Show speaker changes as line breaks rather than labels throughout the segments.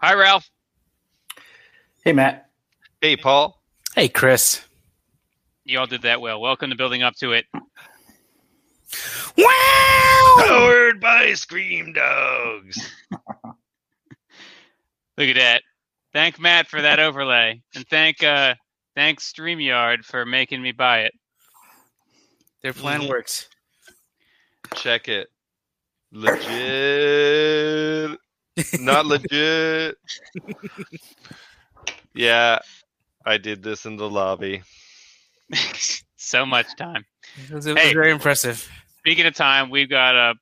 Hi, Ralph.
Hey, Matt.
Hey, Paul.
Hey, Chris.
You all did that well. Welcome to Building Up to It.
Wow!
Powered by Scream Dogs. Look at that. Thank Matt for that overlay, and thank uh, thank Streamyard for making me buy it.
Their plan
Mhm.
works.
Check it. Legit. Not legit. Yeah, I did this in the lobby.
so much time.
It was, it
Hey.
was very impressive.
Speaking of time, we've got a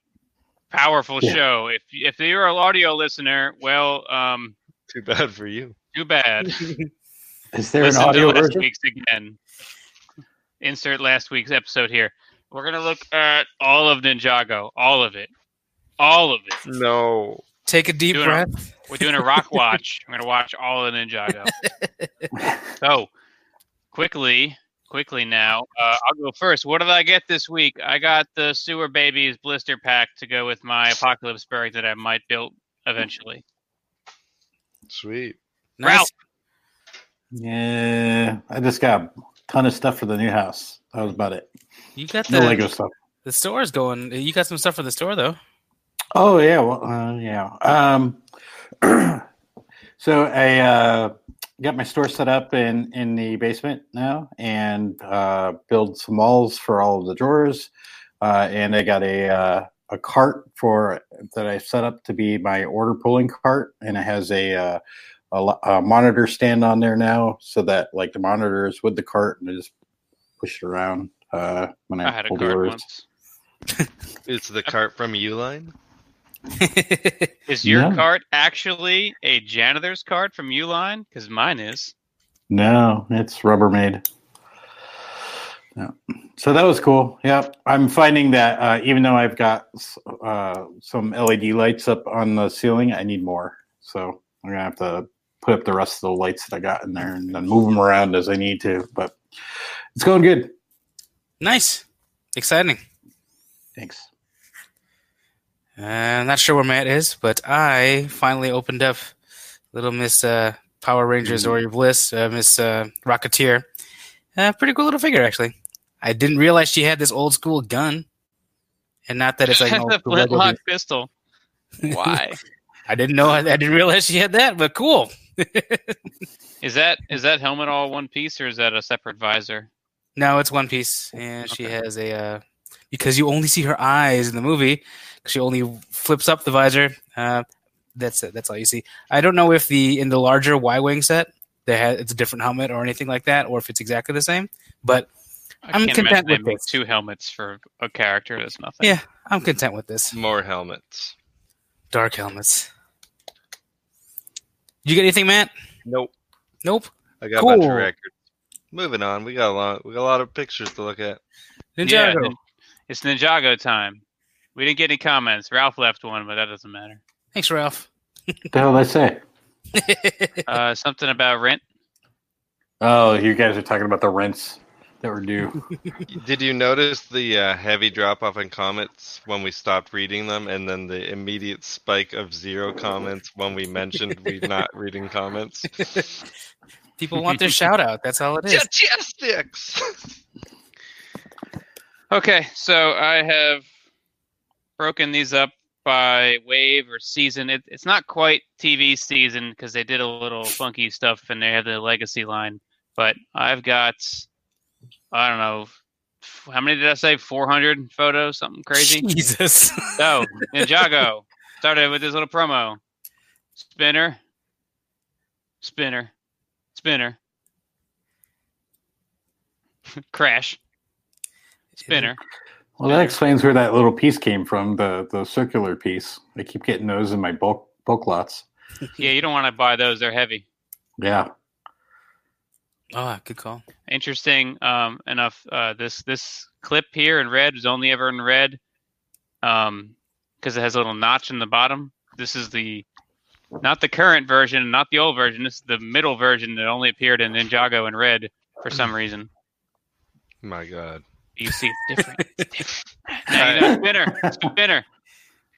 powerful
Yeah.
show. If if you're an audio listener, well, um,
Too bad for you.
too bad.
Is there an
Listen
audio
to last
version?
week's again. Insert last week's episode here. We're gonna look at all of Ninjago, all of it, all of it.
No.
Take a deep
Doing
breath.
We're doing a rock watch. We're gonna watch all of Ninjago. So quickly, quickly now. Uh, I'll go first. What did I get this week? I got the Sewer Babies blister pack to go with my Apocalypse Berg that I might build eventually.
Sweet.
Ralph.
yeah, I just got a ton of stuff for the new house. That was about it.
You got
No
the
Lego stuff.
the store's going. You got some stuff for the store though.
Oh yeah, well uh, yeah. Um, so I uh, got my store set up in in the basement now, and uh, build some walls for all of the drawers, uh, and I got a uh, a cart for that I set up to be my order pulling cart, and it has a. Uh, a, lo- a monitor stand on there now, so that like the monitor is with the cart, and I just push it around uh, when I,
I had a
pull the
card
orders.
once.
It's the cart from Uline.
Is your
No.
card actually a janitor's card from Uline? Because mine is.
No, it's Rubbermaid. No. So that was cool. Yep. I'm finding that uh, even though I've got s- uh, some LED lights up on the ceiling, I need more. So I'm going to have to put up the rest of the lights that I got in there and then move them around as I need to. But it's going good.
nice, exciting.
Thanks.
Uh, I'm not sure where Matt is, but I finally opened up Little Miss uh, Power Rangers
Mm.
or your Bliss, uh, Miss uh, Rocketeer. Uh, pretty cool little figure, actually. I didn't realize she had this old school gun, and not that it's like an old
the
school Lego
flintlock pistol.
gun.
Why
I didn't know. I, I didn't realize she had that, but cool.
is that? Is that helmet all one piece or is that a separate visor?
No, it's One Piece, and she
Okay.
has a uh, because you only see her eyes in the movie. 'cause She only flips up the visor. Uh, that's it. That's all you see. I don't know if the in the larger Y wing set they had it's a different helmet or anything like that, or if it's exactly the same. But
I can't
I'm
imagine
content
they
with
make
this.
two helmets for a character. That's nothing.
Yeah. I'm content with this
More helmets.
dark helmets. You get anything, Matt?
Nope.
Nope.
I got a bunch
Cool.
of records. Moving on. We got a lot we got a lot of pictures to look at.
Yeah,
Ninjago.
nin- it's Ninjago time. We didn't get any comments. Ralph left one, but that doesn't matter.
Thanks, Ralph.
What the hell did I say?
Uh, something about rent.
Oh, you guys are talking about the rents that were due.
Did you notice the uh, heavy drop off in comments when we stopped reading them, and then the immediate spike of zero comments when we mentioned we not reading comments?
People want their shout out. That's all it is.
Statistics.
Okay, so I have broken these up by wave or season. It, it's not quite TV season because they did a little funky stuff and they have the legacy line. But I've got, I don't know, f- how many did I say? 400 photos, something crazy.
Jesus.
So, Ninjago started with this little promo. Spinner. Spinner. Spinner. Crash. Spinner.
Well, that explains where that little piece came from, the, the circular piece. I keep getting those in my bulk, bulk lots.
Yeah, you don't want to buy those. They're heavy.
Yeah.
Oh, good call.
Interesting um, enough. Uh, this this clip here in red is only ever in red because it has a little notch in the bottom. This is the not the current version, not the old version. This is the middle version that only appeared in Ninjago in red for some reason.
My God.
You see, it's different. It's different. No, you know, spinner, spinner,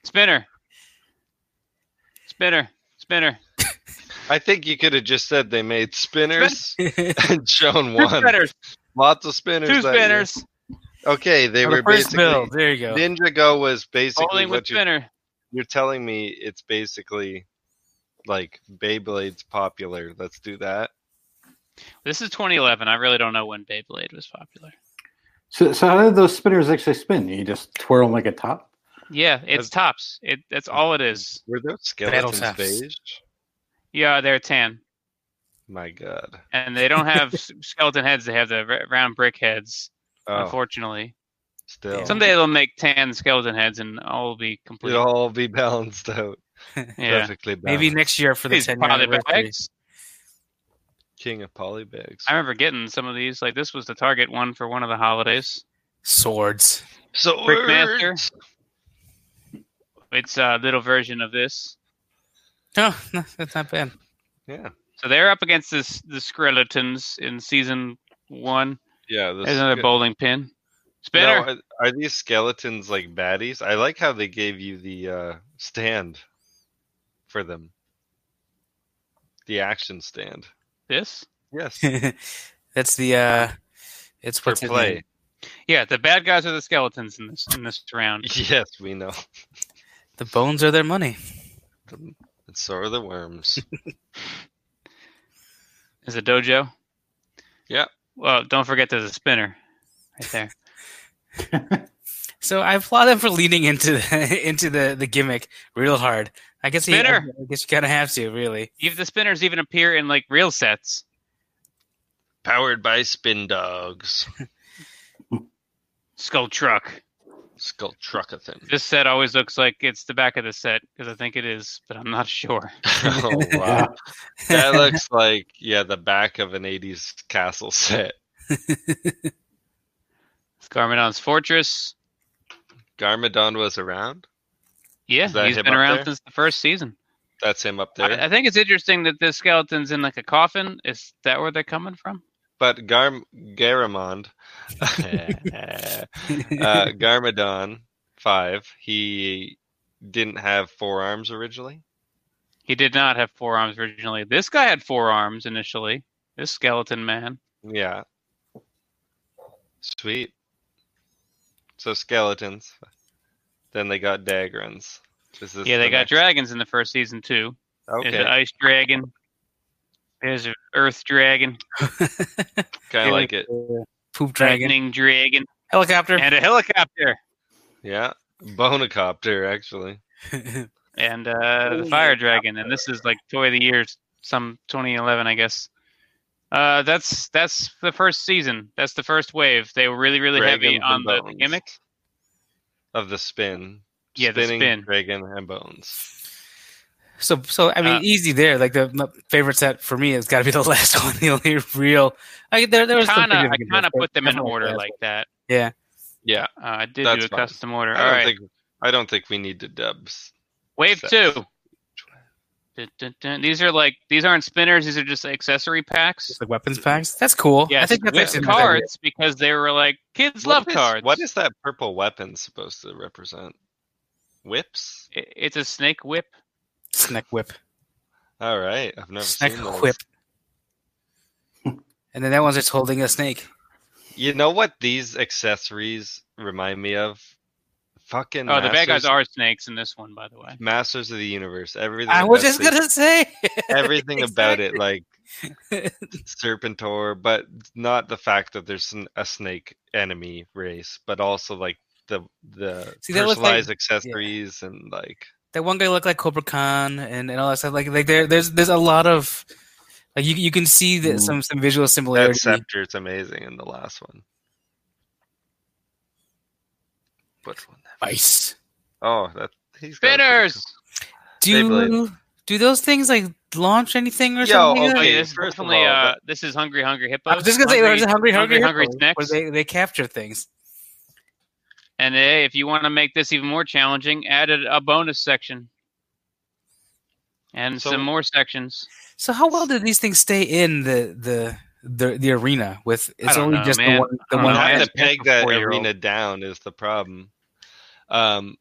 spinner, spinner, spinner.
I think you could have just said they made spinners and shown
Two
one.
spinners,
Lots of spinners.
two
that year.
spinners,
Okay, they
For
were
the first
basically
build. There you go.
Ninja Go was basically
bowling with
what you,
spinner.
you're telling me. It's basically like Beyblade's popular. Let's do that.
This is 2011. I really don't know when Beyblade was popular.
So, so how did those spinners actually spin? You just twirl them like a top?
Yeah,
That's-
it's tops. It that's all it is.
Were those skeletons
Battle Taps.
beige?
Yeah, they're tan,
My God.
and they don't have s- skeleton heads. They have the r- round brick heads.
Oh,
Unfortunately,
still.
someday they'll make tan skeleton heads, and all will be complete.
It'll all be balanced out.
yeah,
Perfectly balanced.
Maybe next year for the
these
10
poly
year
bags.
King of Polybags.
I remember getting some of these. Like this was the Target one for one of the holidays.
Swords.
So
Brickmaster. It's a little version of this.
No, no, that's not bad.
Yeah.
So they're up against this the Skeletons in season one.
Yeah. This
There's another bowling pin. Spinner.
Now, are, are these skeletons like baddies? I like how they gave you the uh, stand for them. The action stand.
This.
Yes.
that's the. uh It's
For
what's his
play.
name?
Yeah, the bad guys are the skeletons in this in this round.
Yes, we know.
The bones are their money.
And so are the worms.
Is a dojo.
Yeah.
Well, don't forget there's a spinner right there.
So I applaud them for leaning into the into the, the gimmick real hard. I guess he, I
Spinner.
guess you kind of have to really.
Even the spinners even appear in like real sets.
Powered by spin dogs.
Skull truck.
Skull truckathin.
This set always looks like it's the back of the set because I think it is, but I'm not sure.
oh, wow. That looks like, yeah, the back of an 80s castle set.
Garmadon's fortress.
Garmadon was around.
Yeah,
Is that
he's
him
been
up
around
there?
since the first season.
That's him up there.
I, I think it's interesting that this skeleton's in like a coffin. Is that where they're coming from?
but Garm Garamond, uh, Garmadon five, he didn't have forearms originally.
He did not have forearms originally. This guy had four arms initially. This skeleton man.
Yeah, sweet. So skeletons. Then they got dagrons. Is this
yeah,
the
they got
next-
dragons in the first season too. There's an
Okay,
ice dragon. There's an earth dragon,
kind of like it.
Poop dragon,
lightning dragon,
helicopter.
and a helicopter,
Yeah, bonacopter actually.
and uh, the fire dragon. And this is like toy of the year, some 2011, I guess. Uh, that's that's the first season. That's the first wave. They were really really heavy
Dragons
on
and
the, the
bones.
gimmick.
of the spin.
Yeah, the
Spinning
spin.
dragon and bones.
so so I mean,
Uh,
easy there. Like the my favorite set for me has got to be the last one. The only real. I there there was some
kind of I
significant
kind of
ones, but
put them in
definitely
order
the
like that.
Yeah.
Yeah,
Uh, I did
That's
do a
fine.
custom order.
I
All
don't
right,
think I don't think we need to dubs.
wave
sets.
two. Dun, dun, dun. These are like these aren't spinners. These are just accessory packs.
Just like
Mm-hmm.
weapons packs. That's cool.
Yes,
I think that's
with
actually not that weird.
cards because they were like kids
What
love
is-
cards.
What is that purple weapon supposed to represent? Whips?
I- It's a snake whip.
Snack whip.
All right, I've never
Snack
seen those.
whip. and then that one's just holding a snake.
You know what these accessories remind me of? Fucking
Oh, the bad guys
Masters-
are snakes in this one, by the way.
Masters of the Universe. Everything.
I was
about
just
the-
gonna say.
everything about it, like Serpentor, but not the fact that there's an, a snake enemy race, but also like the the
See, that was, like-
personalized accessories and like
that one guy looked like Cobra Khan and, and all that stuff. Like like there there's there's a lot of like you you can see that
Mm.
some some visual similarity.
that scepter is amazing in the last one. Which one?
Ice.
Oh, that he's got a pretty
Spinners.
Do
Beyblade.
do those things like launch anything or
Yo,
something? like
Oh
that?
okay,
yeah, this is
first of
definitely
all,
uh,
that-
this is hungry, hungry hippo.
I was just gonna say, there's a hungry, hungry,
hungry,
Hippo,
hungry
where
snacks.
They, they capture things.
And hey, if you want to make this even more challenging, added a bonus section and
So-
some more sections.
So how well did these things stay in the the the, the arena? With it's
don't
only
know,
just
man.
the one.
I
The
don't
cool.
one
know.
Trying
I
to peg that
four-year-old.
arena down is the problem. Um,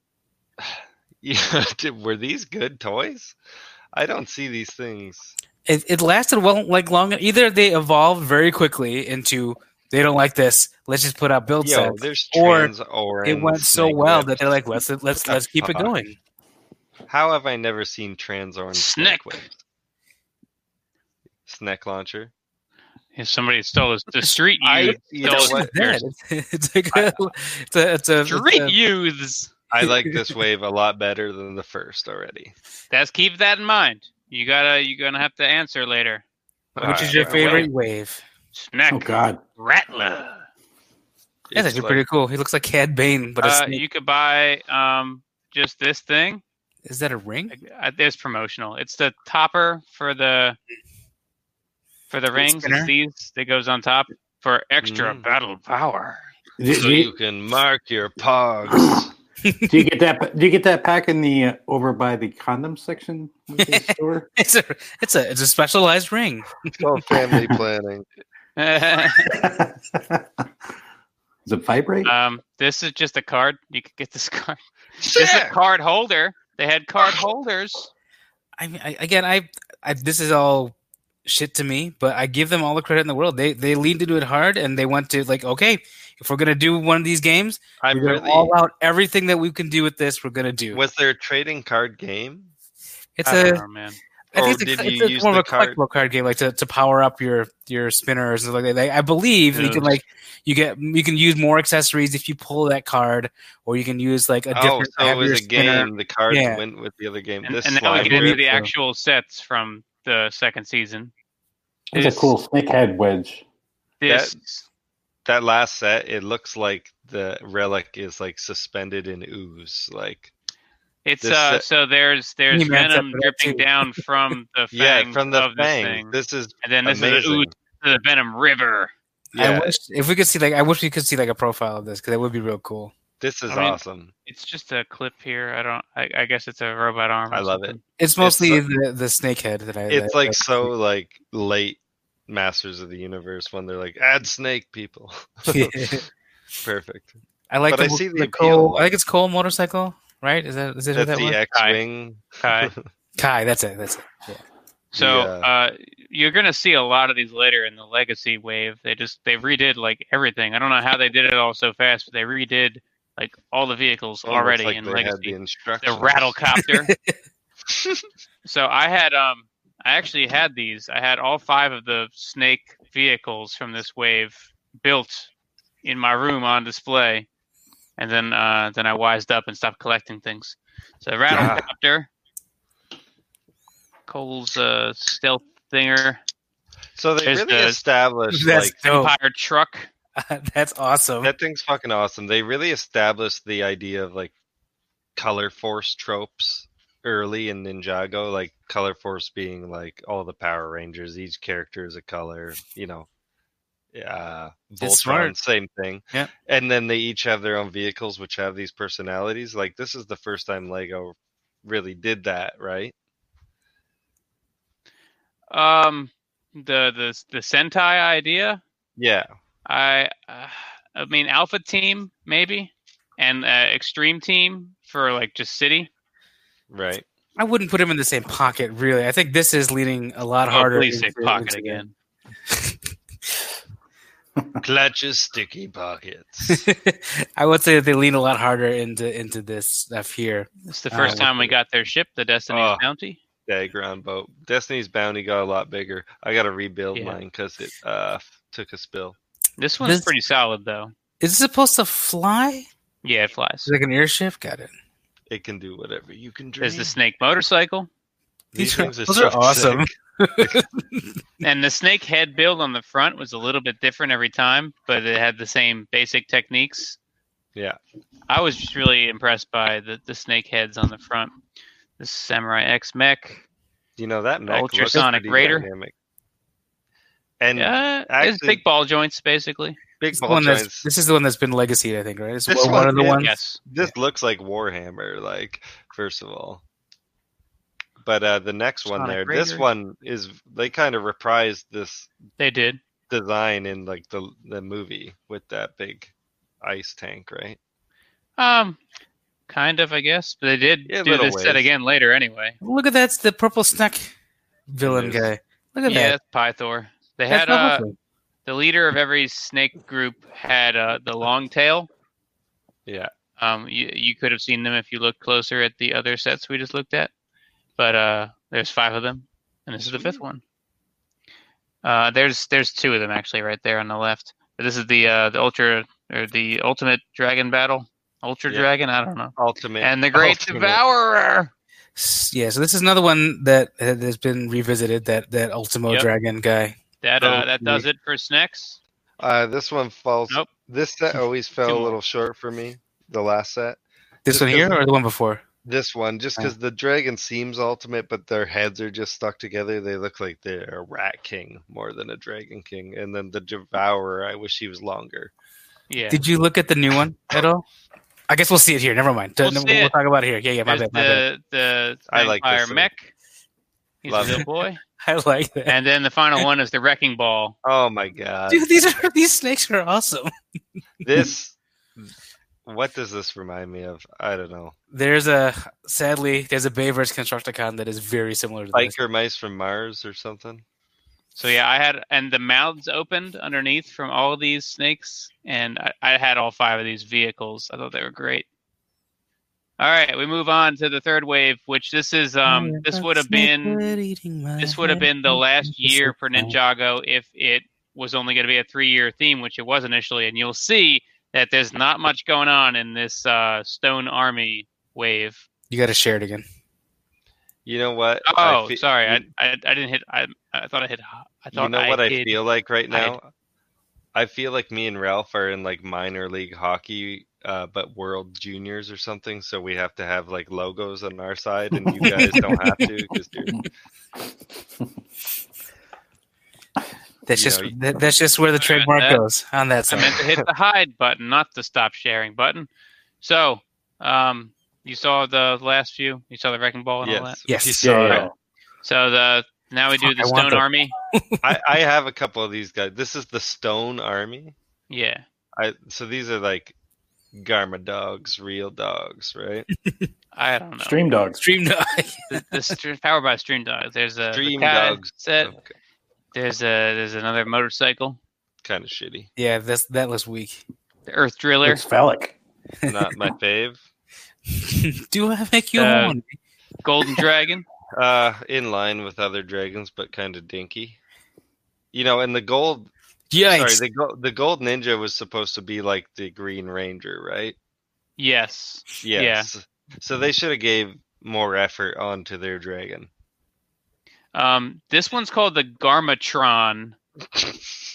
yeah, did- were these good toys? I don't see these things.
it, it lasted well like long either they evolved very quickly into they don't like this let's just put out build
Yo,
sets
there's
Or
trans or
it went so well that they're like let's let's let's keep it going
How have I never seen trans orange
Snack.
snake whips? Snack launcher.
If somebody stole this, the street
I,
youth,
you
don't
know
like
what?
that.
There's-
it's uh, like a, it's a, it's a, it's
street
a-
youths.
I like this wave a lot better than the first already.
That's keep that in mind. You gotta, you're gonna have to answer later.
which is your favorite wave
Snack
Oh God.
rattler.
that's actually pretty cool he looks like cad bane but a
Uh,
snake.
you could buy um, just this thing.
is that a ring
Uh, It's promotional. It's the topper for the for the rings.
spinner?
It's these that goes on top for extra
Mm.
battle power.
Do,
So
do
you
you,
can mark your pogs.
do you get that? Do you get that pack in the uh, over by the condom section of the store?
it's a it's a it's a specialized ring
It's called family planning.
Does it vibrate?
um, this is just a card. You could get this card. This is a card holder. They had card holders.
I mean, I, again, I, I this is all shit to me, but I give them all the credit in the world. They they leaned into it hard, and they went to like, okay, if we're gonna do one of these games,
I'm
we're gonna
really.
all out everything that we can do with this. We're gonna do.
Was there a trading card game?
it's
I
a,
don't know, man.
I think
or
it's,
did
a,
you
it's a,
use
more of
the
a collectible card game, like to, to power up your your spinners and like that. Like, I believe you can
Yes.
like you get you can use more accessories if you pull that card, or you can use like a
Oh,
different.
so it
heavier
was a
spinner.
game. The cards
Yeah.
went with the other game.
And,
this
and now we
slime
get into
rip-
the actual sets from the second season.
it's a
this-
cool snake head wedge.
This
that last set. It looks like the relic is like suspended in ooze. Like
it's
this
uh
set-
so there's there's
You meant
venom
that for that
dripping
too.
down from the fangs
yeah, from the
of this
fang.
thing.
This is
and then this is the
amazing.
ooze to the venom river.
yeah,
I wish if we could see like I wish we could see like a profile of this because that would be real cool.
this is
I mean,
awesome.
It's just a clip here. I don't. I, I guess it's a robot arm. or
I love it.
something.
It's mostly
like-
the the snake head that I.
It's
that-
like
that-
so like late Masters of the Universe when they're like add snake people. Perfect.
I like.
But I
the,
see the appeal.
Cole, I think it's Cole motorcycle, right? Is that is it who
That's
that
the
was?
X-wing. oh,
Kai.
Kai. That's it. That's it.
So
Yeah.
uh, you're gonna see a lot of these later in the legacy wave. They just they redid like everything. I don't know how they did it all so fast, but they redid like all the vehicles
Almost
already
Oh, like
in
they had the
legacy. The,
instructions.
rattlecopter. so I had um I actually had these. I had all five of the snake vehicles from this wave built in my room on display, and then uh, then I wised up and stopped collecting things. So rattlecopter, Cole's uh, stealth thinger,
So they
There's
really
the-
established
That's
like
dope.
Empire truck.
that's awesome.
that thing's fucking awesome. They really established the idea of like color force tropes early in Ninjago, like color force being like all the Power Rangers, each character is a color, you know. Uh
That's
Voltron,
smart.
same thing.
Yeah.
And then they each have their own vehicles which have these personalities. Like this is the first time Lego really did that, right?
Um, the the the Sentai idea.
Yeah.
I uh, I mean Alpha Team maybe, and uh, Extreme Team for like just city.
Right.
I wouldn't put him in the same pocket, really. I think this is leading a lot
Oh,
harder.
please say
into-
pocket
into-
again.
Clutches sticky pockets.
I would say that they lean a lot harder into into this stuff here.
It's the
Uh,
first time we
okay.
got their ship, the Destiny's
Ah, Oh.
Bounty.
Dagron boat. Destiny's Bounty got a lot bigger. I got to rebuild
Yeah.
mine because it uh, f- took a spill.
This one's
This-
pretty solid though.
Is it supposed to fly?
Yeah, it flies.
Is it like an airship? Got it.
It can do whatever you can dream.
There's the snake motorcycle
These are- those are awesome.
sick.
and the snake head build on the front was a little bit different every time, but it had the same basic techniques.
Yeah.
I was just really impressed by the the snake heads on the front. The Samurai X mech.
You know that mech looks
ultrasonic
pretty
grater.
dynamic. And
Yeah, it's
actually-
big ball joints basically.
big
This,
ball
one
giants.
that's, this is the one that's been legacy, I think, right? It's
This
one,
one
of the
is,
ones.
Yes.
This looks like Warhammer. Like first of all, but uh, the next one
Ultrasonic
there, this
grater.
one is they kind of reprised this
They did.
design in like the the movie with that big ice tank, right?
Um, kind of, I guess. But they did
Yeah,
do
little
this set
ways.
again later, anyway.
Look at that's the purple snack villain
Yes.
guy. Look at
yeah,
that.
that's Pythor. They
That's
had
not
uh,
helpful.
the leader of every snake group had uh, the long tail.
Yeah.
Um, you, you could have seen them if you looked closer at the other sets we just looked at, but uh, there's five of them, and this is the fifth one. Uh, there's there's two of them actually right there on the left. But this is the uh, the ultra or the ultimate dragon battle, ultra
Yeah.
dragon. I don't know.
Ultimate.
And
Oh,
the great
Ultimate.
devourer.
S- Yeah, so this is another one that that has been revisited. That that Ultimo
Yep.
Dragon guy.
That uh,
Oh,
that does it for snacks.
Uh, this one falls.
Nope.
This set always
Two
fell a
more.
little short for me. The last set.
This
Just
one here
'cause-
or the one before?
This one, just
Oh.
because the dragon seems ultimate, but their heads are just stuck together. They look like they're a rat king more than a dragon king. And then the devourer. I wish he was longer.
Yeah.
Did you look at the new one at all? I guess we'll see it here. Never mind.
We'll
We'll,
see
we'll
it.
talk about it here. Yeah, yeah, my
There's
bad, my bad.
the the
I like
vampire
this one.
mech. He's
Love
a little boy.
I like that.
And then the final one is the wrecking ball.
Oh my god!
Dude, these are these snakes are awesome.
this. What does this remind me of? I don't know.
There's a sadly there's a Bayverse Constructicon that is very similar to this.
Biker mice from Mars or something.
So yeah, I had and the mouths opened underneath from all these snakes, and I, I had all five of these vehicles. I thought they were great. All right, we move on to the third wave, which this is
Oh,
um this would have been this would have been the last year for Ninjago if it was only going to be a three-year theme, which it was initially. And you'll see that there's not much going on in this uh, Stone Army wave.
You got to share it again.
You know what? I
Oh,
fe-
sorry, I,
You,
I I didn't hit. I I thought I hit. I thought
you know what I,
did.
feel like right
I-
now? I feel like me and Ralph are in like minor league hockey, uh, but world juniors or something. So we have to have like logos on our side, and you guys don't have to because you're
That's
You
just
know, you-
that, that's just where the
Sorry about
trademark
that.
goes on that
I
side.
meant to hit the hide button, not the stop sharing button. So, um, you saw the last few. You saw the wrecking ball and all that.
yes,
Yes.
you saw
Yeah,
it.
yeah.
So the now we do
Fuck,
the
I want
Stone
that.
Army.
I, I have a couple of these guys. This is the Stone Army.
Yeah.
I so these are like Garma dogs, real dogs, right?
I don't know.
Stream dogs.
Stream dog.
The, the str- powered by Stream Dogs. There's a
Stream
Kai
Dogs. Oh.
set. There's a there's another motorcycle.
Kind of shitty.
yeah, that's that was weak.
The Earth Driller.
It's phallic.
Not my fave.
Do I make you
Uh,
horny?
Golden Dragon.
Uh, in line with other dragons, but kind of dinky. You know, and the gold.
Yikes!
Sorry, the gold. The gold ninja was supposed to be like the Green Ranger, right?
Yes. Yeah.
Yes. So they should have gave more effort onto their dragon.
Um, this one's called the Garmatron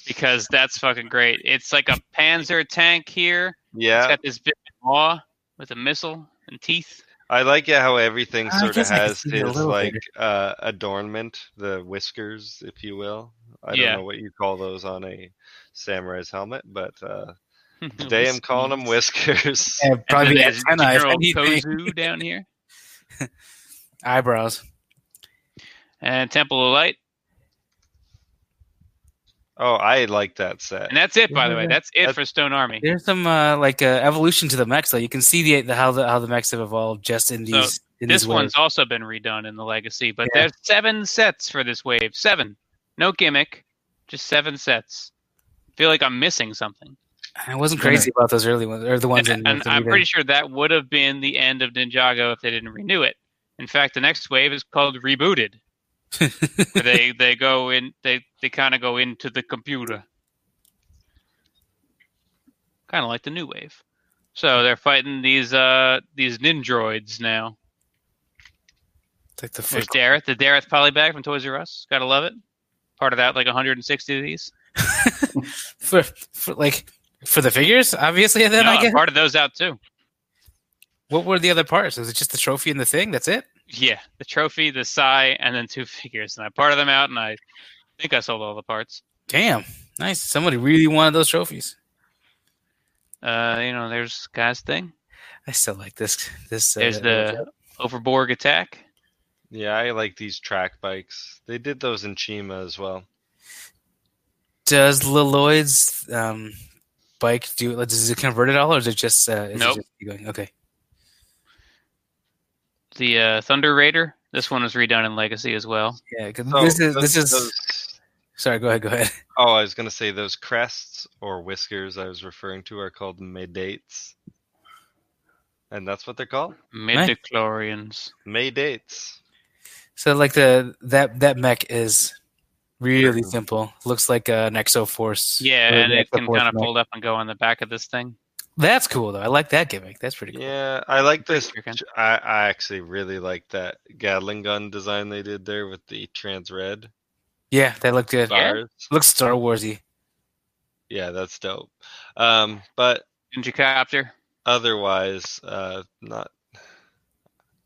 because that's fucking great. It's like a Panzer tank here. It's
Yeah,
got this big maw with a missile and teeth.
I like it how everything
I
sort of
guess I can
has
see it a
his
little
like
bit.
uh, adornment, the whiskers, if you will. I
Yeah.
don't know what you call those on a samurai's helmet, but uh, today I'm calling them
with
whiskers.
Yeah, probably antenna, if
General
anything.
Kozu down here
eyebrows.
and Temple of Light,
Oh, I like that set.
and that's it. By the way, that's it
That's-
for Stone Army.
There's some uh, like uh, evolution to the mechs. Though you can see the, the how the how the mechs have evolved just in
So,
these. in
This
these
one's also been redone in the Legacy, but
Yeah.
there's seven sets for this wave. Seven, no gimmick, just seven sets. feel like I'm missing something,
waves. I wasn't crazy about those early ones or the ones
and,
in.
and I'm pretty sure that would have been the end of Ninjago if they didn't renew it. In fact, the next wave is called Rebooted. where they they go in they they kind of go into the computer kind of like the new wave so they're fighting these uh these ninjroids now
It's like the
there's
first.
dareth the dareth polybag from toys r us gotta love it part of that like 160 of these
for, for like for the figures, obviously. And then
No,
I guess
part of those out too
what were the other parts? Was it just the trophy and the thing? That's it.
yeah the trophy the sai and then two figures and i parted them out and i think i sold all the parts
Damn, nice. Somebody really wanted those trophies.
uh you know there's guy's thing
I still like this. This uh,
There's the- overborg attack
Yeah, I like these track bikes. They did those in Chima as well.
does Leloid's um, bike do? Does it convert at all, or is it just? Uh, is it
Nope.
just keep going? Okay.
the uh, thunder raider this one was redone in legacy as well
Yeah, 'cause
So
this is
those-
this is
those
Sorry, go ahead, go ahead.
Oh, I was gonna say those crests or whiskers I was referring to are called medates, and that's what they're called.
Midichlorians.
Medates.
So like the that that mech is really
Mhm.
simple. Looks like a Nexo Force.
Yeah,
or
and it
Nexo
can
Force
kind of
mech.
fold up and go on the back of this thing.
That's cool though. I like that gimmick. That's pretty cool.
Yeah, I like this.
sure, Ken.
I, I actually really like that Gatling gun design they did there with the trans red
Yeah, that looked good.
Yeah.
bars.
Looks Star Warsy.
Yeah, that's dope. Um, but
Ninja copter.
otherwise, uh, not.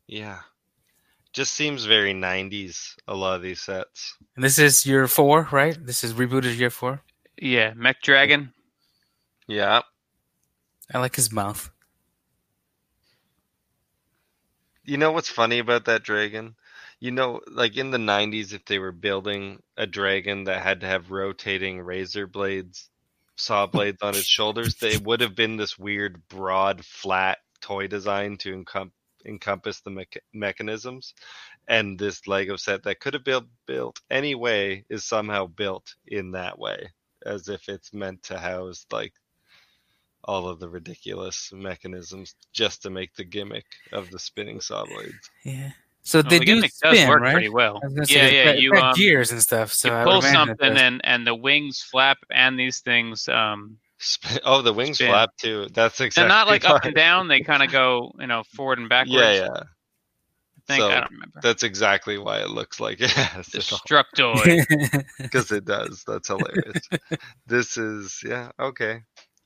Yeah, just seems very '90s. A lot of these sets.
And this is year four, right? This is rebooted year four.
Yeah, mech dragon.
Yeah,
I like his mouth.
you know what's funny about that dragon? You know, like in the 90s, if they were building a dragon that had to have rotating razor blades, saw blades on its shoulders, they would have been this weird, broad, flat toy design to encom- encompass the mecha- mechanisms. And this Lego set that could have been built any way is somehow built in that way, as if it's meant to house like all of the ridiculous mechanisms just to make the gimmick of the spinning saw blades.
Yeah. So
Well,
they
Oh, the
do
gimmick
spin,
does work
right?
pretty well.
I was gonna say,
Yeah,
it's
yeah.
got- it's
You,
got
um,
gears and stuff. So
you
I would
pull
imagine it
something
does.
and, and the wings flap and these things um
Sp- oh, the wings
Spin.
flap too. That's exactly.
they're not like up and
right.
down they kind of go you know forward and backwards
Yeah, yeah.
i think
So-
i don't remember
That's exactly why it looks like it has
destructoid
because it does. That's hilarious. this is yeah okay.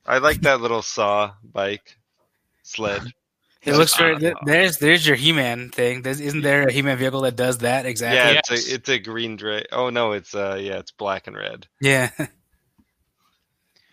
I like that little saw bike sled.
it looks
Just
very.
on
th- There's there's your He-Man thing. There's, isn't there a He-Man vehicle that does that
Yeah,
exactly?
it's a it's a green dra Oh no, it's uh yeah, it's black and red.
Yeah.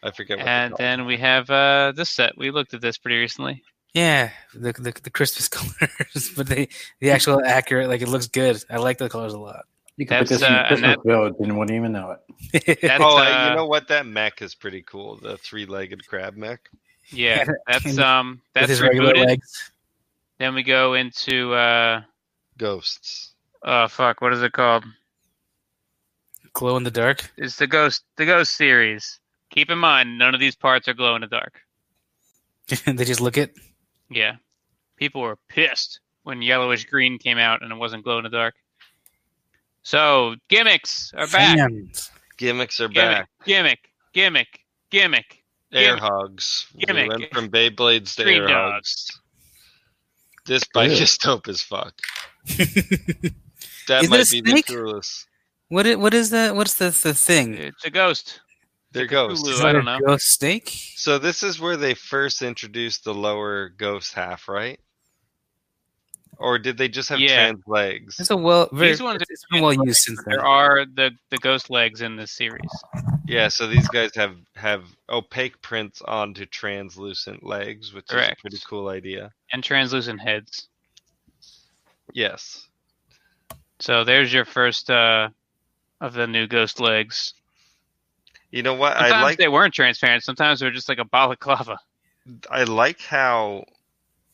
I forget what.
and
then
then we have uh this set we looked at this pretty recently
Yeah, the, the the Christmas colors, but the the actual accurate like it looks good. I like the colors a lot.
You can put
That's,
this in
uh,
your
and
Christmas
that-
village and wouldn't even know it.
That's,
oh,
uh,
you know what? That mech is pretty cool. The three-legged crab mech.
yeah
Ken-
that's
Ken
um
With
that's
his regular
rebooted
legs.
then we go into uh
Ghosts.
oh fuck what is it called
glow in the dark.
it's the ghost the ghost series keep in mind none of these parts are glow in the dark
they just look it.
Yeah. People were pissed when yellowish green came out and it wasn't glow in the dark. So gimmicks are back.
Fans.
Gimmicks are
Gimmick,
back.
gimmick, gimmick, gimmick.
Air
Gimmick.
hogs. We
Gimmick.
went from Beyblades to
Street
air hogs.
dogs.
This bike
Good.
is dope as fuck. That
Is it
might
a
be
snake?
the coolest.
What is, what is that? What's the the thing?
It's a ghost.
They're
like a Cthulhu.
ghosts.
Is that
I don't
a
know.
Ghost snake.
So this is where they first introduced the lower ghost half, right? Or did they just have
Yeah.
trans legs?
It's a well. Very,
These ones are-
it's been well used since then.
There are the, the ghost legs in this series.
Yeah, so these guys have have opaque prints onto translucent legs, which is
Correct.
a pretty cool idea.
And translucent heads.
Yes.
So there's your first uh of the new ghost legs.
You know what?
Sometimes
I like
they weren't transparent. Sometimes they were just like a balaclava.
I like how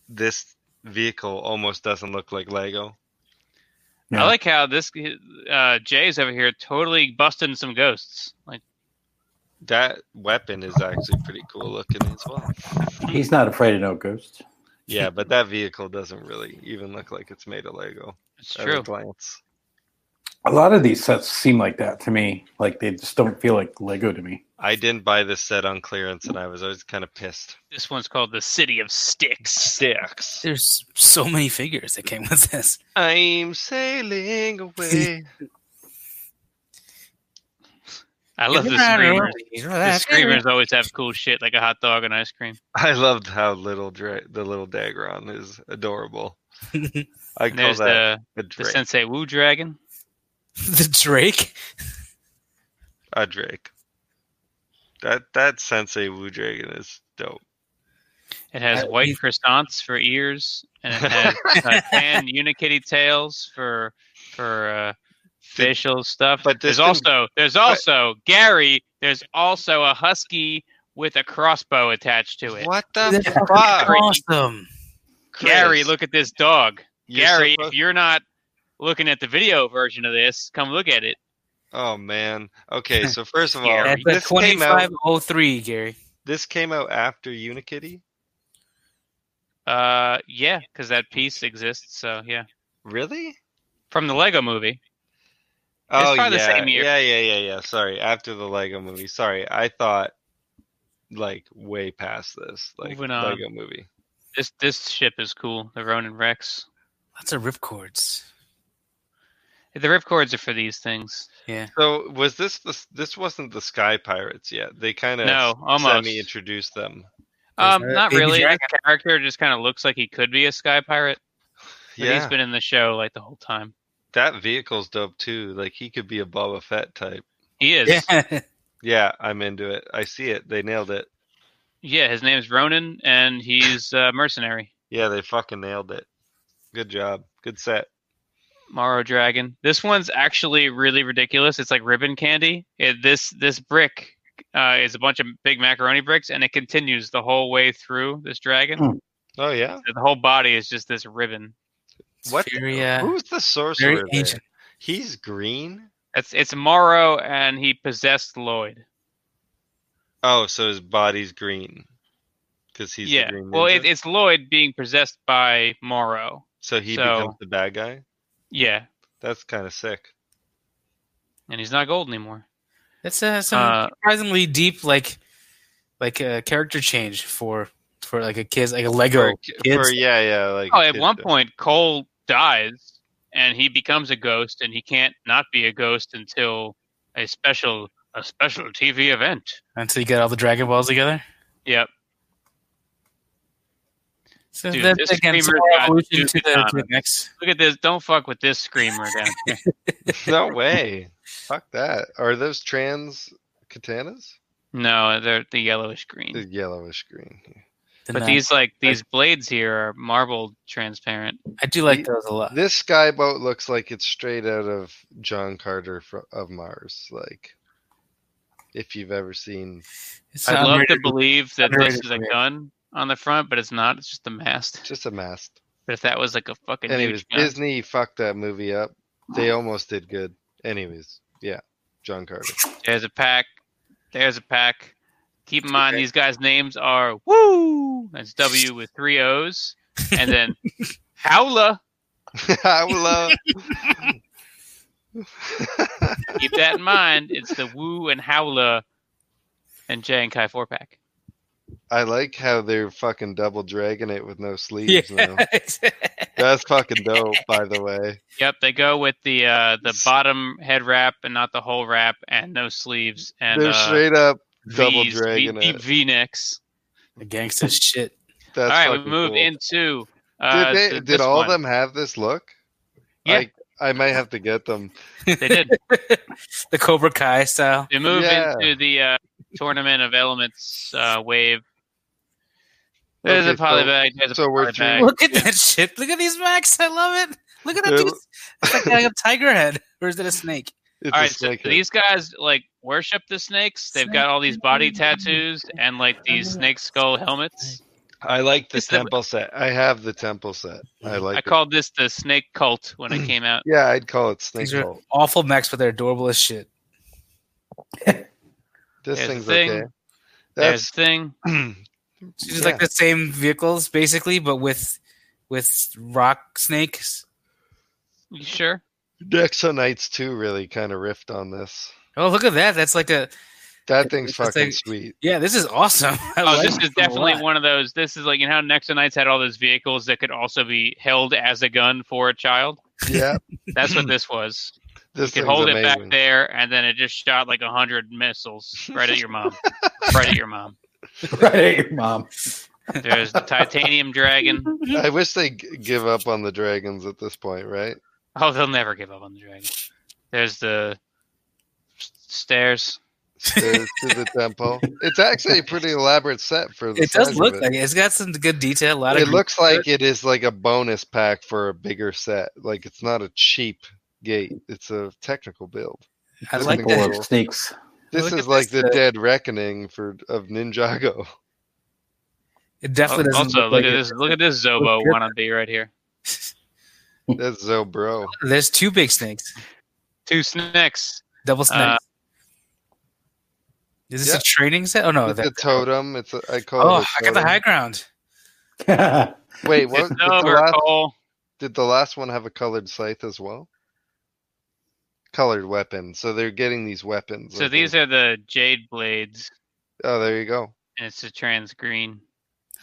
this vehicle almost doesn't look like Lego.
Yeah.
I like how this uh, Jay's over here totally busting some ghosts. Like
That weapon is actually pretty cool looking as well.
He's not afraid of no ghosts.
Yeah, but that vehicle doesn't really even look like it's made of Lego
it's
at
true.
a glance.
A lot of these sets seem like that to me. Like they just don't feel like Lego to me.
I didn't buy this set on clearance, and I was always kind of pissed.
This one's called the City of Sticks.
Sticks.
There's so many figures that came with this.
I'm sailing away.
I love the screamers. The screamers always have cool shit like a hot dog and ice cream.
I loved how little dra- the little Dagron is adorable. I
And
call
there's
that
the,
a
the
Drake.
Sensei Wu Dragon.
the Drake.
a Drake. That that Sensei Wu Dragon is dope.
It has
Uh,
white
he's-
croissants for ears, and it has uh, tan unikitty tails for for uh, facial stuff.
but this
there's
didn't-
also there's also Gary. There's also a husky with a crossbow attached to it.
What the
That's
fuck?
awesome.
Gary,
Chris,
look at this dog.
you're
Gary,
supposed-
if you're not looking at the video version of this, come look at it.
Oh man. Okay, so first of all,
That's
this
That's a
came out
2503, Gary.
this came out after Unikitty?
Uh, yeah, because that piece exists. So yeah,
Really?
from the Lego Movie.
Oh yeah.
probably the same year.
Yeah, yeah, yeah, yeah. Sorry, after the Lego movie. Sorry. I thought like way past this. Like
Moving on.
Lego movie.
This this ship is cool. The Ronin Rex.
Lots of ripcords.
The rip cords are for these things.
So was this the this wasn't the Sky Pirates yet. They kind of
No, almost.
semi introduced them.
Um,
There's a
not
baby
really. This
dragon.
character just kind of looks like he could be a sky pirate. But
Yeah.
he's been in the show like the whole time.
That vehicle's dope too. Like he could be a Boba Fett type.
He is. Yeah,
Yeah.
Yeah, I'm into it. I see it. They nailed it.
his name's Ronan, and he's a mercenary.
Yeah, they fucking nailed it. Good job. Good set.
Morrow Dragon. This one's actually really ridiculous. It's like ribbon candy. It, this this brick uh, is a bunch of big macaroni bricks, and it continues the whole way through this dragon.
Hmm.
Oh yeah.
The whole body is just this ribbon.
It's
What?
Very, uh,
Who's the sorcerer?
very
there?
ancient.
He's green.
It's it's Morrow, and he possessed Lloyd.
Oh, so his body's green because he's
yeah.
The green
well, it,
ninja?
it's Lloyd being possessed by Morrow.
so he
so-
becomes the bad guy.
Yeah,
That's kind of sick.
and he's not gold anymore.
That's uh, some
Uh,
surprisingly deep, like, like a uh, character change for for like a kid's like a Lego.
For,
kids.
for yeah, yeah. Like
Oh, at one
kid-
point, Cole dies, and he becomes a ghost, and he can't not be a ghost until a special a special TV event.
until you get all the Dragon Balls together.
Yep.
So
Dude,
that's
this
again some
streamer's
more
got
evolution
Duke
to the, to
Economy.
the next.
Look at this. Don't fuck with this screamer down here.
no way. Fuck that. Are those trans katanas?
no, they're the yellowish
The
green.
yellowish green.
the
But
next-
these like these blades here are marbled transparent.
I do like those a lot.
This skyboat looks like it's straight out of John Carter fro- of Mars. Like, if you've ever seen,
It's uh,
I'd
not
love to
underrated.
believe that this
underrated
is a
career.
gun on the front, but it's not. It's just a mast.
just a mask.
But if that was like a fucking
Anyways,
huge gun,
Disney fucked that movie up. They almost did good. Anyways, yeah, John Carter.
there's a pack. There's a pack. Keep in mind
Okay.
these guys' names are Woo. That's W with three O's, and then Howla.
I would love.
Keep that in mind. It's the Woo and Howla, and J and Kai four pack.
I like how they're fucking double dragging it with no
Yeah.
sleeves. Now. That's fucking dope, by the way.
Yep, they go with the uh, the
S-
bottom head wrap and not the whole wrap, and no sleeves and
they're
uh,
straight up double
V's,
dragging
v,
it.
v necks.
the gangsta shit.
all
That's
right, we
fucking
move
cool.
into. Uh,
Did, they,
th-
did
this
all
one.
of them have this look?
Yeah.
I, I might have to get them.
They did.
the Cobra Kai style.
They move
Yeah.
into the uh, tournament of elements uh, wave. There's
Okay,
a
so-
polybag. there's a
so we're
polybag.
three-
Look at that shit. Look at these Macs. I love it. Look at that
It-
dude. It's like having a tiger head. Or is it a snake?
It's
All
a
right, so
snake head.
these guys like worship the snakes. They've got all these body tattoos and like these snake skull helmets.
I like the
It's the-
temple set. I have the temple set. I like.
I
it.
called this the snake cult when it came out.
Yeah, I'd call it snake
These are
cult.
awful Macs, but they're adorable as shit.
This
There's a
thing's
thing.
okay.
There's
That's
a thing.
It's just like the same vehicles, basically, but with with rock snakes.
You sure?
Dexo Knights 2 really kind of riffed on this.
Oh, look at that. That's like a
That thing's
It's like-
fucking sweet.
yeah. This is awesome. I
Oh,
like
this is
a
definitely
lot.
one of those. This is like you know how Nexonites had all those vehicles that could also be held as a gun for a child.
Yeah,
That's what this was.
this
You
thing's
could hold it
amazing.
back there, and then it just shot like a hundred missiles right at your mom. right at your mom.
right at your mom.
There's the titanium dragon.
I wish they g- give up on the dragons at this point, right?
Oh, they'll never give up on the dragon. There's the s- stairs.
Stairs to the temple. It's actually a pretty elaborate set for the
It does
size
look
of it.
like it. it's got some good detail. A lot
it
of
looks like it is like a bonus pack for a bigger set. Like it's not a cheap gate. It's a technical build.
I
this
like
thing
Full
that.
looks-
of snakes.
This
Look
is
at
like
this,
the
uh,
dead reckoning for of Ninjago.
It definitely doesn't.
also, look,
look like
at
it.
this. Look at this Zobo
good.
wannabe right here.
That's Zobro.
There's two big snakes.
Two snakes.
Double snake.
Uh,
Is this
yeah.
a training set? Oh no,
It's a
that-
totem. It's a, I call
Oh,
it. a
I got the
totem.
high ground.
Wait, what?
it's
Did the,
over,
last,
Cole.
did the last one have a colored scythe as well? Colored weapon. So they're getting these weapons.
So these are the jade blades,
Oh, there you go.
and it's a trans green.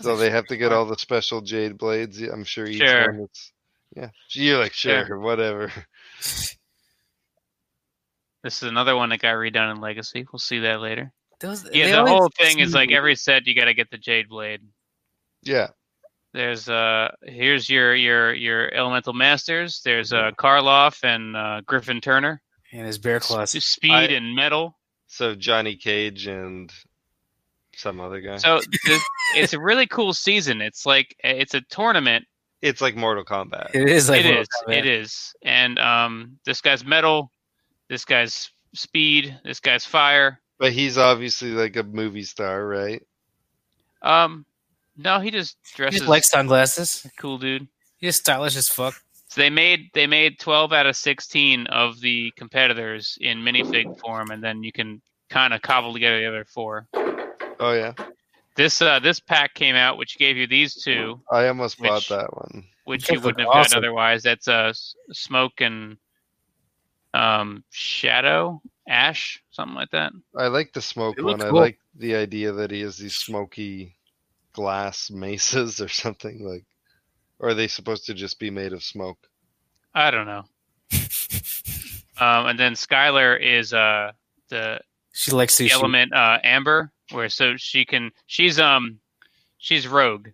Oh,
So they have to get all the special jade blades. Yeah, I'm sure each
Sure.
one is. Yeah, you're like sure,
Sure.
whatever.
This is another one that got redone in Legacy. We'll see that later.
Those- they
Yeah, the
always
whole thing is
seem-
like every set you got to get the jade blade.
Yeah,
There's uh here's your your your elemental masters. There's uh Karloff and uh, Griffin Turner.
and his bear claws.
S- speed
I-
and metal.
So Johnny Cage and some other guy.
So this, it's a really cool season. It's like eh, it's a tournament.
it's like Mortal Kombat.
It is like
It
Mortal
is.
Kombat.
It is. And um this guy's metal, this guy's speed, this guy's fire.
but he's obviously like a movie star, right?
Um no, he just
He
dresses
just like sunglasses.
cool dude.
He's stylish as fuck.
So they made they made twelve out of sixteen of the competitors in minifig form, and then you can kind of cobble together the other four.
Oh yeah,
This uh, this pack came out, which gave you these two,
I almost bought
Which-
that one.
which
Those
you wouldn't have
look
gotten
awesome.
otherwise. That's uh, S- smoke and um, shadow, ash, something like that.
I like the smoke
It
one.
looks
I
cool.
like the idea that he has these smoky glass maces or something like. Or are they supposed to just be made of smoke?
I don't know. um, and then Skylar is uh, the
She likes
the
sushi.
element uh, amber, where so she can she's um she's rogue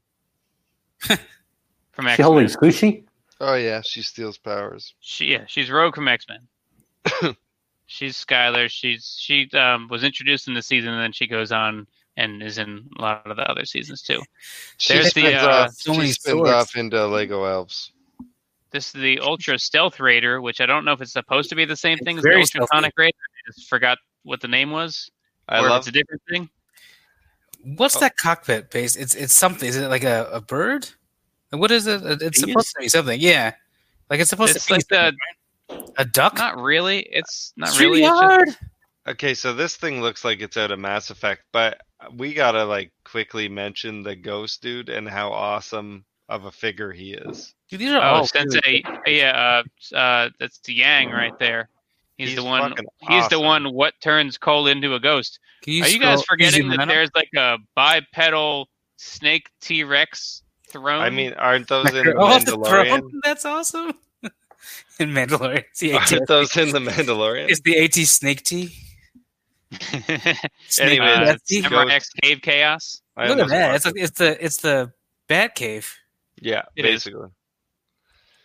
from X
she holding sushi?
Oh yeah, she steals powers.
She yeah, she's Rogue from X Men. she's Skylar. She's she um, was introduced in the season, and then she goes on and is in a lot of the other seasons too.
She
There's the,
spins
uh,
off.
so
she
many
spins
swords.
off into Lego elves.
This is the Ultra Stealth Raider, which I don't know if it's supposed to be the same
It's
thing as
very
the Ultra
stealthy.
Sonic Raider. I just forgot what the name was.
I
or if
love
it's a different thing.
What's
Oh.
that cockpit base? It's it's something. Is it like a, a bird? What is it? It's
It
supposed to be something. Yeah, like it's supposed
It's
to be
like the
something. a duck.
not really. It's not
It's
really. It's just-
hard.
Okay, so this thing looks like it's out of Mass Effect, but we gotta like quickly mention the ghost dude and how awesome of a figure he is.
Dude, these are
oh,
all
Sensei. Yeah, uh, uh, that's the Yang right there. He's,
He's
the one.
fucking
He's the
awesome.
one. What turns Cole into a ghost?
Can you
Are you guys
scroll- can you
forgetting
zoom in
that
on 'em?
there's like a bipedal snake T Rex throne?
I mean, aren't those in the
Oh, the
Mandalorian?
throne? That's awesome. in Mandalorian, it's the AT,
Aren't those in the Mandalorian?
it's the AT snake tea. Snake
Anyway,
tea,
uh,
that's tea.
Samurai
goes-
Uh, X Cave Chaos.
I
Look at
almost
that.
bought
It's like it's the it's the bat cave
yeah,
It is.
basically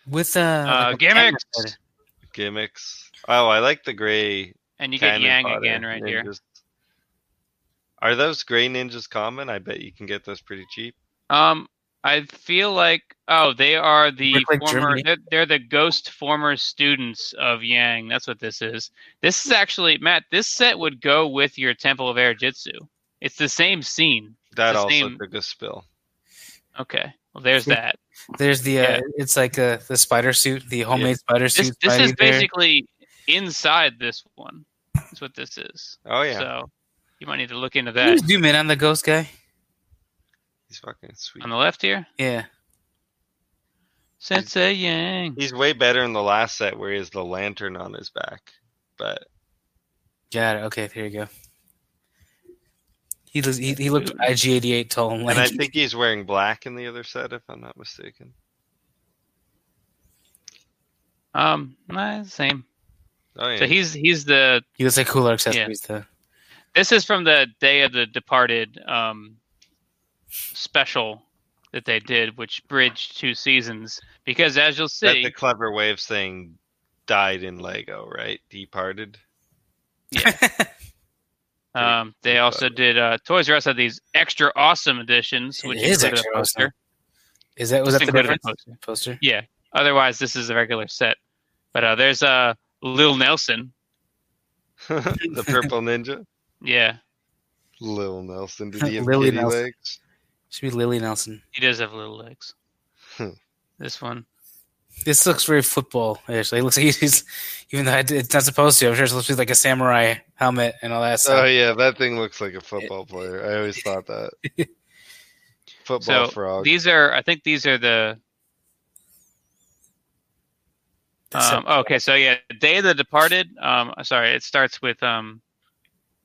with uh,
Uh,
like a camera
gimmicks!
head.
gimmicks. Oh, I like the gray.
And you get
cannon
Yang
fodder
again right here.
ninjas. Are those gray ninjas common? I bet you can get those pretty cheap.
Um, I feel like oh, they are the
Look like
former.
Germany.
They're, they're the ghost former students of Yang. That's what this is. This is actually Matt. This set would go with your Temple of Air Jitsu. It's the same scene.
That
the
also
same-
took a spill.
Okay. Well, there's
Yeah.
that.
There's the uh,
Yeah.
it's like uh, the spider suit, the homemade spider
this,
suit.
this
fighting
is
there.
basically inside this one. That's what this is.
Oh yeah,
So you might need to look into
Can you
that.
zoom in on the ghost guy.
he's fucking sweet.
On the left here,
Yeah,
Sensei Yang.
He's way better in the last set where he has the lantern on his back. But
got it. Okay, here you go. He was- he, he looked IG88 tall and
and I
lanky.
think he's wearing black in the other set, if I'm not mistaken.
Um, nah, same.
Oh yeah.
So he's he's the.
he looks like cooler accessories though.
This is from the Day of the Departed um, special that they did, which bridged two seasons. Because as you'll
That's
see,
a clever way of saying died in Lego, right? Departed.
um, they also did uh, Toys R Us had these extra awesome editions,
It
which included
is
a
extra
poster.
awesome. is that was that the
Included a
reference
poster.
poster?
Yeah. Otherwise, this is a regular set. But uh, there's uh, Lil Nelson.
the purple ninja.
Yeah,
Lil Nelson, did he have
Lily
kitty
Nelson.
legs?
Should be Lily Nelson.
he does have little legs.
Hmm.
This one.
This looks very football ish. Like, it looks like he's, even though it's not supposed to, I'm sure it's supposed to be like a samurai helmet and all
Uh,
that
Oh
stuff.
yeah, that thing looks like a football player. I always thought that. Football
So
frog.
These are, I think, these are the.
That's
Um, okay, so yeah, Day of the Departed. Um, sorry, it starts with um,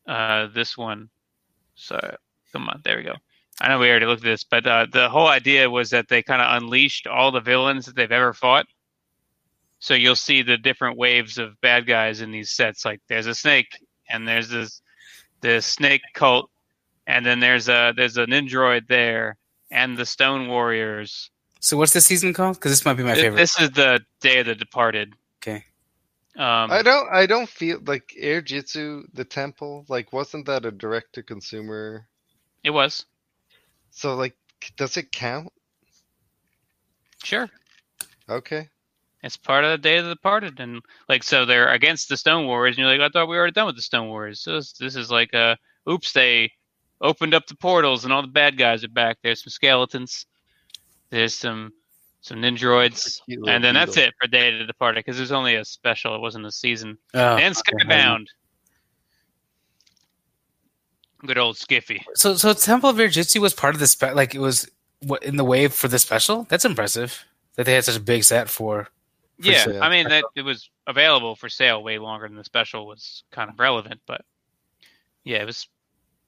uh, this one. So come on, there we go. I know we already looked at this, but uh, the whole idea was that they kind of unleashed all the villains that they've ever fought. So you'll see the different waves of bad guys in these sets. Like there's a snake, and there's this the snake cult, and then there's a there's a ninjroid there, and the stone warriors.
So, what's this season called? Because this might be my
Th-
favorite.
This is the Day of the Departed.
Okay.
Um,
I don't I don't feel like Air Jitsu, the temple, like wasn't that a direct to consumer?
It was
So like does it count?
sure.
Okay.
It's part of the Day of the Departed, and like so, they're against the Stone Warriors, and you're like, I thought we were already done with the Stone Warriors. So this, this is like, uh, oops, they opened up the portals, and all the bad guys are back. There's some skeletons. There's some some ninjroids,
Cute little
and then that's
beetle.
it for Day of the Departed because it was only a special. It wasn't a season.
Oh.
and Skybound. Good old Skiffy.
So, so Temple of Virjitsu was part of the spe- like it was what in the wave for the special. That's impressive that they had such a big set for. for
yeah,
sale.
I mean that it was available for sale way longer than the special was kind of relevant, but yeah, it was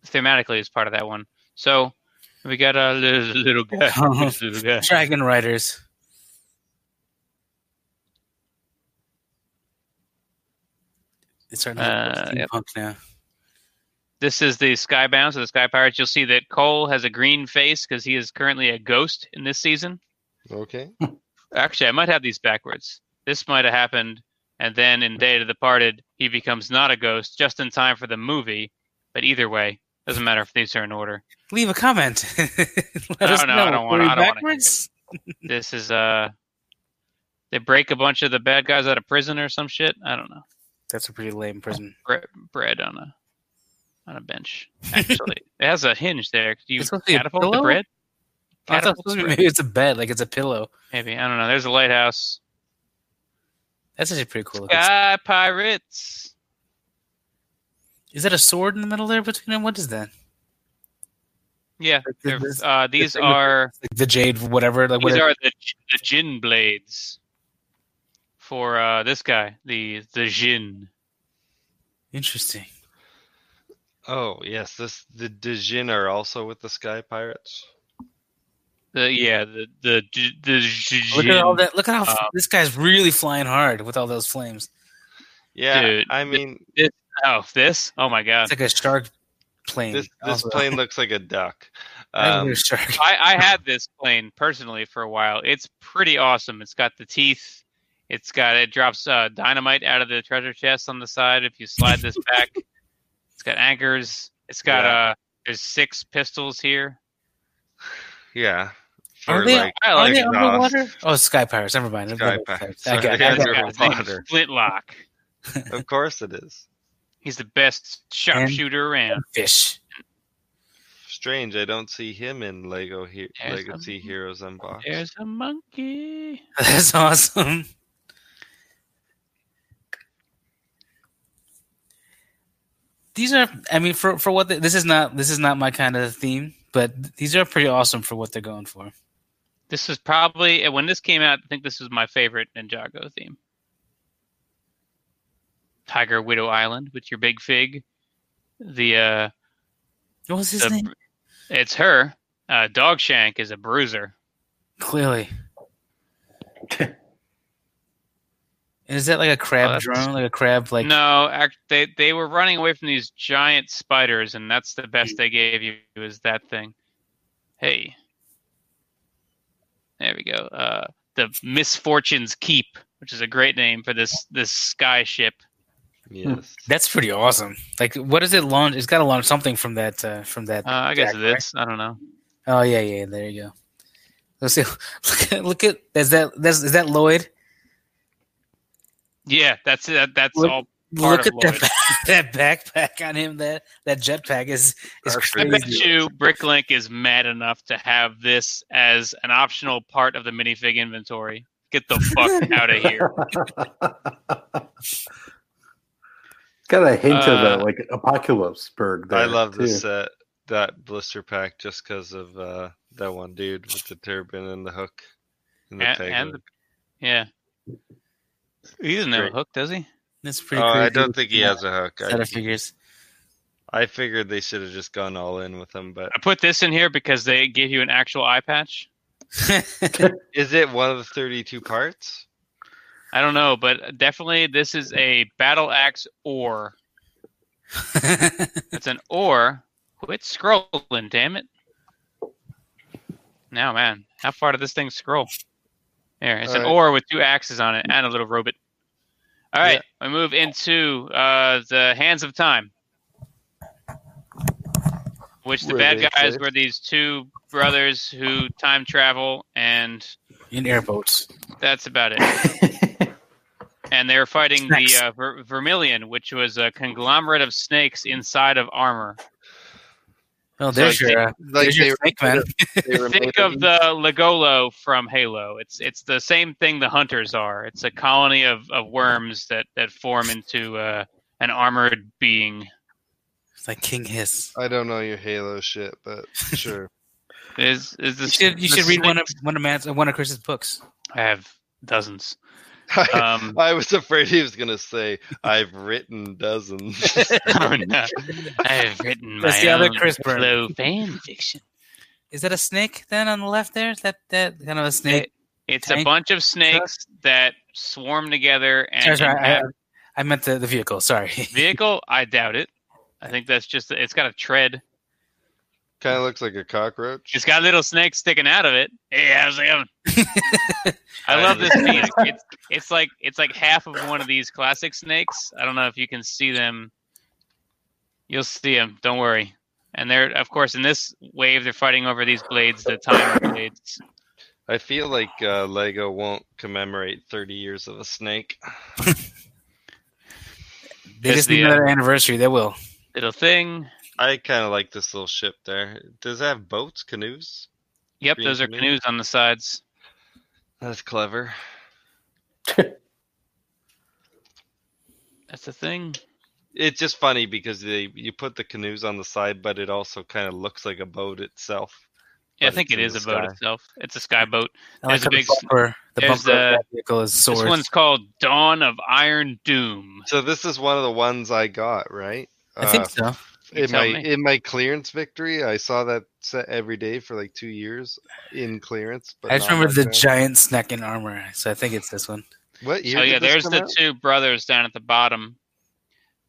thematically as part of that one. So we got a little, little guy, this little guy.
Dragon Riders. It's starting to look
Uh,
like
yep.
steampunk now.
This is the Skybound, so the Sky Pirates. You'll see that Cole has a green face because he is currently a ghost in this season.
Okay.
Actually, I might have these backwards. This might have happened, and then in Day of the Departed, he becomes not a ghost just in time for the movie. But either way, doesn't matter if these are in order.
Leave a comment. Let
No,
us
no, I
know.
don't
Were
wanna-
we
I don't wanna
backwards?
this is uh they break a bunch of the bad guys out of prison or some shit. I don't know.
That's a pretty lame prison.
Bre- bread on a on a bench. Actually, it has a hinge there. Do you
It's supposed to be a
catapult the
pillow?
bread?
I thought it was
Catapult
supposed to
the
be-
bread.
maybe it's a bed, like it's a pillow.
Maybe I don't know. There's a lighthouse.
That's actually pretty cool. looking.
Sky pirates.
Is that a sword in the middle there between them? What is that?
Yeah, they're-
This-
uh, these
thing with-
are
Like the jade, whatever. Like
these
whatever.
are the the gin blades for uh, this guy. The the gin.
Interesting.
Oh yes, this the Dijin are also with the Sky Pirates.
The yeah the the the, the gin.
Look at all that! Look at how
Um,
this guy's really flying hard with all those flames.
Yeah,
Dude,
I
th-
mean
Oh, this. Oh my god.
It's like a shark plane.
this this
also.
plane looks like a duck.
I think
Um,
it's a shark.
I, I had this plane personally for a while. It's pretty awesome. It's got the teeth. It's got it drops uh, dynamite out of the treasure chest on the side if you slide this back. It's got anchors. It's got
Yeah.
uh there's six pistols here.
yeah, for
Are they,
like
I
are
like
they
exhaust.
underwater? Oh, sky pirates. Never mind.
Sky Pirates.
I got, I
Yeah,
got-
they're
His name's
underwater.
Flintlock.
of course it is.
He's the best sharpshooter around.
fish.
Strange, I don't see him in Lego He-
There's
Legacy
some-
Heroes Unboxed.
There's a monkey.
That's awesome. These are. I mean, for for what they, this is not. This is not my kind of theme. But these are pretty awesome for what they're going for.
This is probably when this came out. I think this was my favorite Ninjago theme. Tiger Widow Island with your big fig. The uh,
What was his
the-
name?
it's her. Uh, Dogshank is a bruiser.
Clearly. And is that like a crab
that's-
drone? Like a crab? Like
no, act, they they were running away from these giant spiders, and that's the best they gave you is that thing. Hey, there we go. Uh, the Misfortune's Keep, which is a great name for this this sky ship.
Yes.
that's pretty awesome. Like what does it launch? It's got to launch something from that. Uh, from that.
Uh, I guess
Jack, right?
this. I don't know.
Oh yeah, yeah. There you go. Let's see. Look at. Look at is that. That's, is that Lloyd?
Yeah, that's it. That's
Look-
all. Part of
Look at that,
Lloyd.
ba- that backpack on him. That that jetpack is is
I bet
crazy.
you Bricklink is mad enough to have this as an optional part of the minifig inventory. Get the fuck out of here.
It's got a hint of
Uh,
a like Apocalypseburg. There
I love
too.
this set, that blister pack, just because of uh, that one dude with the turban and the hook. And the
And-
tag
and
hook.
Yeah. He doesn't have a
Great.
hook, does he?
That's pretty.
oh, I
crazy
don't think he
Yeah.
has a hook.
set
I,
of figures.
I figured they should have just gone all in with him, but
I put this in here because they give you an actual eye patch.
is it one of the 32 parts?
I don't know, but definitely this is a battle axe or. It's an or. Quit scrolling, damn it. Now, man, how far did this thing scroll? There, it's an
Alright.
or with two axes on it and a little robot. All right, we move into uh, the hands of time, which the
Were
bad
they
guys
safe?
were these two brothers who time travel, and
In airboats.
that's about it. and they were fighting
Snakes.
the uh, ver- Vermilion, which was a conglomerate of snakes inside of armor.
Oh,
So
there's
I
your, uh,
Like
there's your
they-
snake man.
they were
Think
made
of the Legolo from Halo. It's it's the same thing the hunters are. It's a colony of, of worms that, that form into uh, an armored being.
It's like King Hiss.
I don't know your Halo shit, but sure.
Is is the
You should you
the
should read one of
snakes-
one of Matt's one of Chris's books.
I have dozens.
I,
Um,
I was afraid he was gonna say I've written dozens.
oh, no. I have written my
That's the other
own
Chris Burn.
slow fan fiction.
Is that a snake then on the left there? Is that that kind of a snake?
It's a
Tank
bunch of snakes that swarm together and
Sorry, sorry, I,
have
I meant the, the vehicle. Sorry.
vehicle. I doubt it. I think that's just it's got a tread.
kind of looks like a cockroach.
It's got little snakes sticking out of it. Hey, how's it going? I love this snake. It's, it's like it's like half of one of these classic snakes. I don't know if you can see them. You'll see them. Don't worry. And they're of course in this wave they're fighting over these blades, the timer blades.
I feel like uh, Lego won't commemorate 30 years of a snake.
They
It's
just need
the, uh,
another anniversary. They will.
Little thing.
I kind of like this little ship there. Does it have boats, canoes?
Yep,
Green
those are
canoe.
canoes on the sides.
That's clever.
That's the thing.
It's just funny because they you put the canoes on the side, but it also kind of looks like a boat itself.
Yeah, I
But
think
it's
it
in
is
the
a boat
sky.
itself. It's a sky boat.
I
There's
like
a
how the
big s-
bumper. The
there's
bumper of
a-
that vehicle is swords.
This one's called Dawn of Iron Doom.
So this is one of the ones I got, right?
I think so.
You
in
tell
my
me.
in my clearance victory, I saw that set every day for like two years in clearance. But
I just
not
remember
much
the
now.
giant snake in armor. So I think it's this one.
what year?
Oh
did
yeah,
this
there's
come
the
out?
two brothers down at the bottom.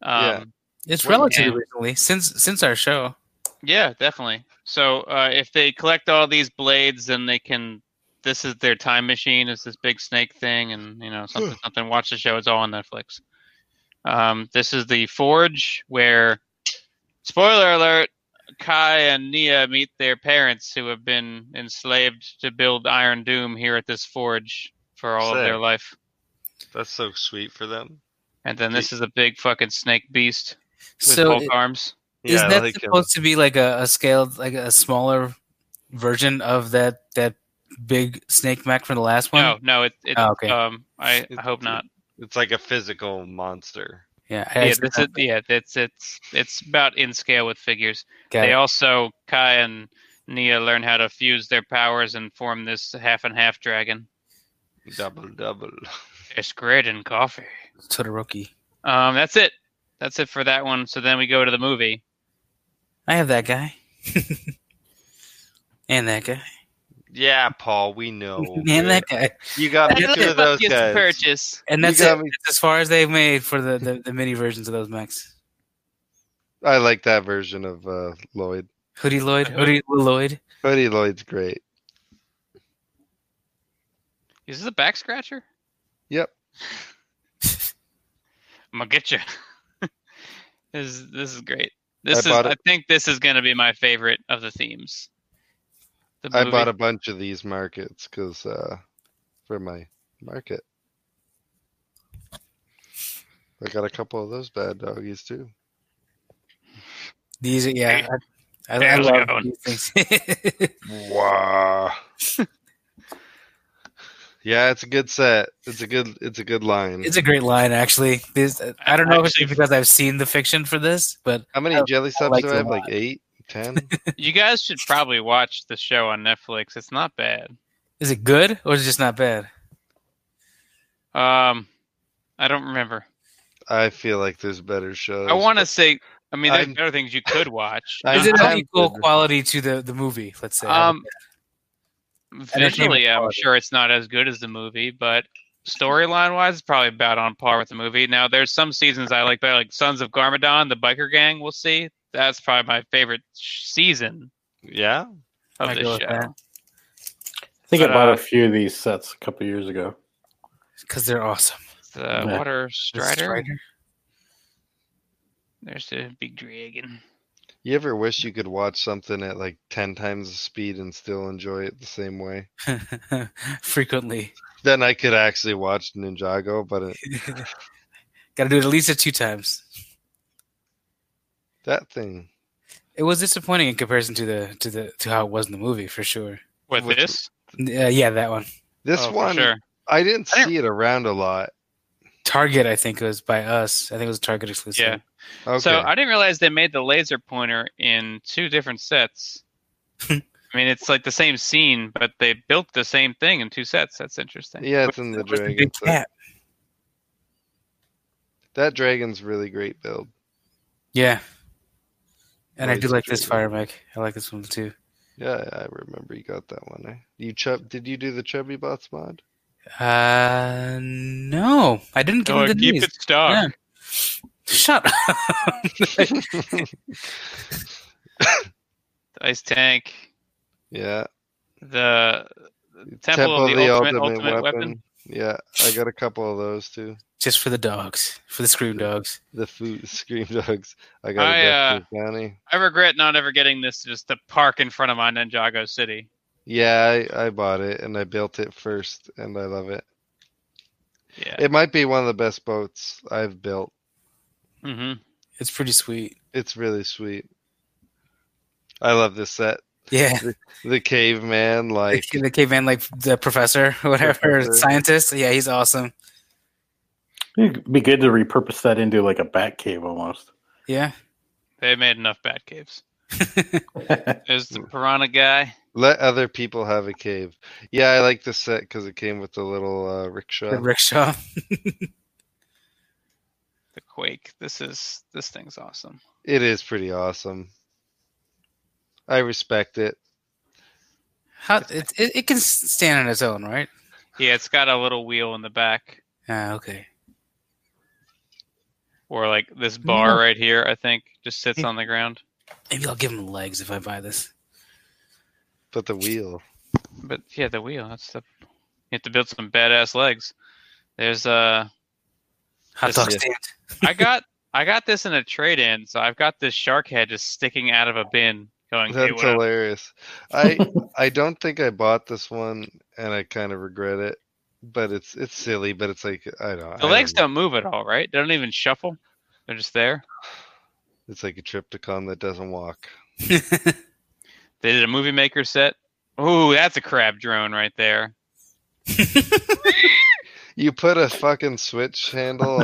Yeah.
Um,
It's
Wait,
relatively
yeah.
recently since since our show.
yeah. definitely. So uh, if they collect all these blades, then they can. This is their time machine. It's this big snake thing, and you know something something. Watch the show. It's all on Netflix. Um, this is the forge where, spoiler alert, Kai and Nia meet their parents who have been enslaved to build Iron Doom here at this forge for all of their
Sick.
life.
That's so sweet for them.
And then this is a big fucking snake beast with
So
Hulk arms.
is
Yeah, I
that
like uh, him.
supposed to be like a, a scaled, like a smaller version of that that big snake mech from the last one?
No, no, it, it
Oh, okay.
um I
It's-
hope not.
It's like a physical monster.
Yeah, I
Yeah,
actually-
this is, yeah, it's it's it's about in scale with figures.
got it.
They also Kai and Nia learn how to fuse their powers and form this half and half dragon.
Double, double.
It's great in coffee.
Todoroki.
Um that's it. That's it for that one. So then we go to the movie.
I have that guy. and that guy.
Yeah, Paul, we know.
and that guy.
You got me
That's
two
the
of those
luckiest
guys.
purchase.
And that's,
You got
it.
me.
That's as far as they've made for the, the, the mini versions of those mechs.
I like that version of uh, Lloyd.
Hoodie Lloyd. Hoodie Lloyd.
Buddy Lloyd's great.
Is this a back scratcher?
Yep.
I'm gonna get you. this is- this is great. This
bought
is. I
it-
think this is gonna be my favorite of the themes. The
I bought
movie.
a bunch of these markets because uh, for my market, I got a couple of those bad doggies too.
These are, yeah. I, I, I
How's it
love
going?
these things.
Wow.
Yeah, it's a good set. It's a good. It's a good line.
It's a great line, actually. This, uh, I don't know if it's because I've seen the fiction for this, but
How many
I-
jelly subs
liked
do
it
I
a
have? Like
lot.
eight, ten?
You guys should probably watch the show on Netflix. It's not bad.
is it good or is it just not bad?
Um, I don't remember.
I feel like there's better shows.
I want to say. I mean, there's
I'm-
better things you could watch.
I-
Is it
I'm-
of equal quality to the, the movie? Let's say.
Um,
Entertainment
visually, I'm
quality.
sure it's not as good as the movie, but storyline wise, it's probably about on par with the movie. Now, there's some seasons I like better, like Sons of Garmadon, the biker gang. We'll see. That's probably my favorite sh- season
Yeah,
of
I
the
go with
show.
that.
I think I
But,
bought
uh,
a few of these sets a couple years ago.
because they're awesome.
The
Yeah.
Water
The
Strider. There's the big dragon.
You ever wish you could watch something at like ten times the speed and still enjoy it the same way?
Strider. Frequently,
Then I could actually watch Ninjago, but it,
got to do it at least at two times.
that thing.
It was disappointing in comparison to the to the to how it was in the movie for sure.
With
Which-
this?
Uh, yeah, that one.
This
Oh,
one,
for sure.
I didn't
I didn't-
see it around a lot.
Target, I think, was by us. I think it was a Target exclusive.
Yeah.
Okay.
So I didn't realize they made the laser pointer in two different sets. I mean, it's like the same scene, but they built the same thing in two sets. That's interesting.
yeah, it's in the
It was the
dragon.
big
so-
cat.
That dragon's really great build.
Yeah. And I
Right,
do like this
Target.
fire mech. I like this one too.
Yeah, I remember you got that one. eh? You chub? Did you do the chubby bots mod?
Uh, no, I didn't give him the
Oh, keep
knees.
it stuck.
Yeah. Shut up.
Ice tank.
Yeah.
The Temple, of the, ultimate, ultimate weapon.
Yeah, I got a couple of those too.
Just for the dogs, for the scream dogs.
The food scream dogs. I got
I,
a
uh,
Destiny County.
I regret not ever getting this. Just the park in front of my Ninjago city.
Yeah, I, I bought it and I built it first, and I love it.
Yeah.
It might be one of the best boats I've built.
mm-hmm.
It's pretty sweet.
It's really sweet. I love this set.
Yeah,
The caveman,
the,
like
the caveman, like the professor, or whatever,
Professor.
scientist. Yeah, he's awesome.
It'd be good to repurpose that into like a bat cave almost.
Yeah,
They made enough bat caves. There's the piranha guy.
let other people have a cave. Yeah, I like this set because it came with the little uh,
the
rickshaw.
rickshaw.
The quake. This is this thing's awesome.
It is pretty awesome. I respect it.
How it, it it can stand on its own, right?
Yeah, it's got a little wheel in the back.
Ah, okay.
or like this bar
No.
right here i think just sits on the ground
Maybe I'll give him legs if I buy this.
But the wheel.
but yeah the wheel that's the you have to build some badass legs there's uh
Hot
This
dog
is-
stand.
i got i got this in a trade-in so i've got this shark head just sticking out of a bin going hey,
That's
what up?"
hilarious. I I don't think I bought this one, and I kind of regret it. But it's it's silly. But it's like I don't.
the
I
legs
don't know.
don't move at all right they don't even shuffle they're just there
It's like a triptychon that doesn't walk.
they did a movie maker set Ooh, that's a crab drone right there
You put a fucking switch handle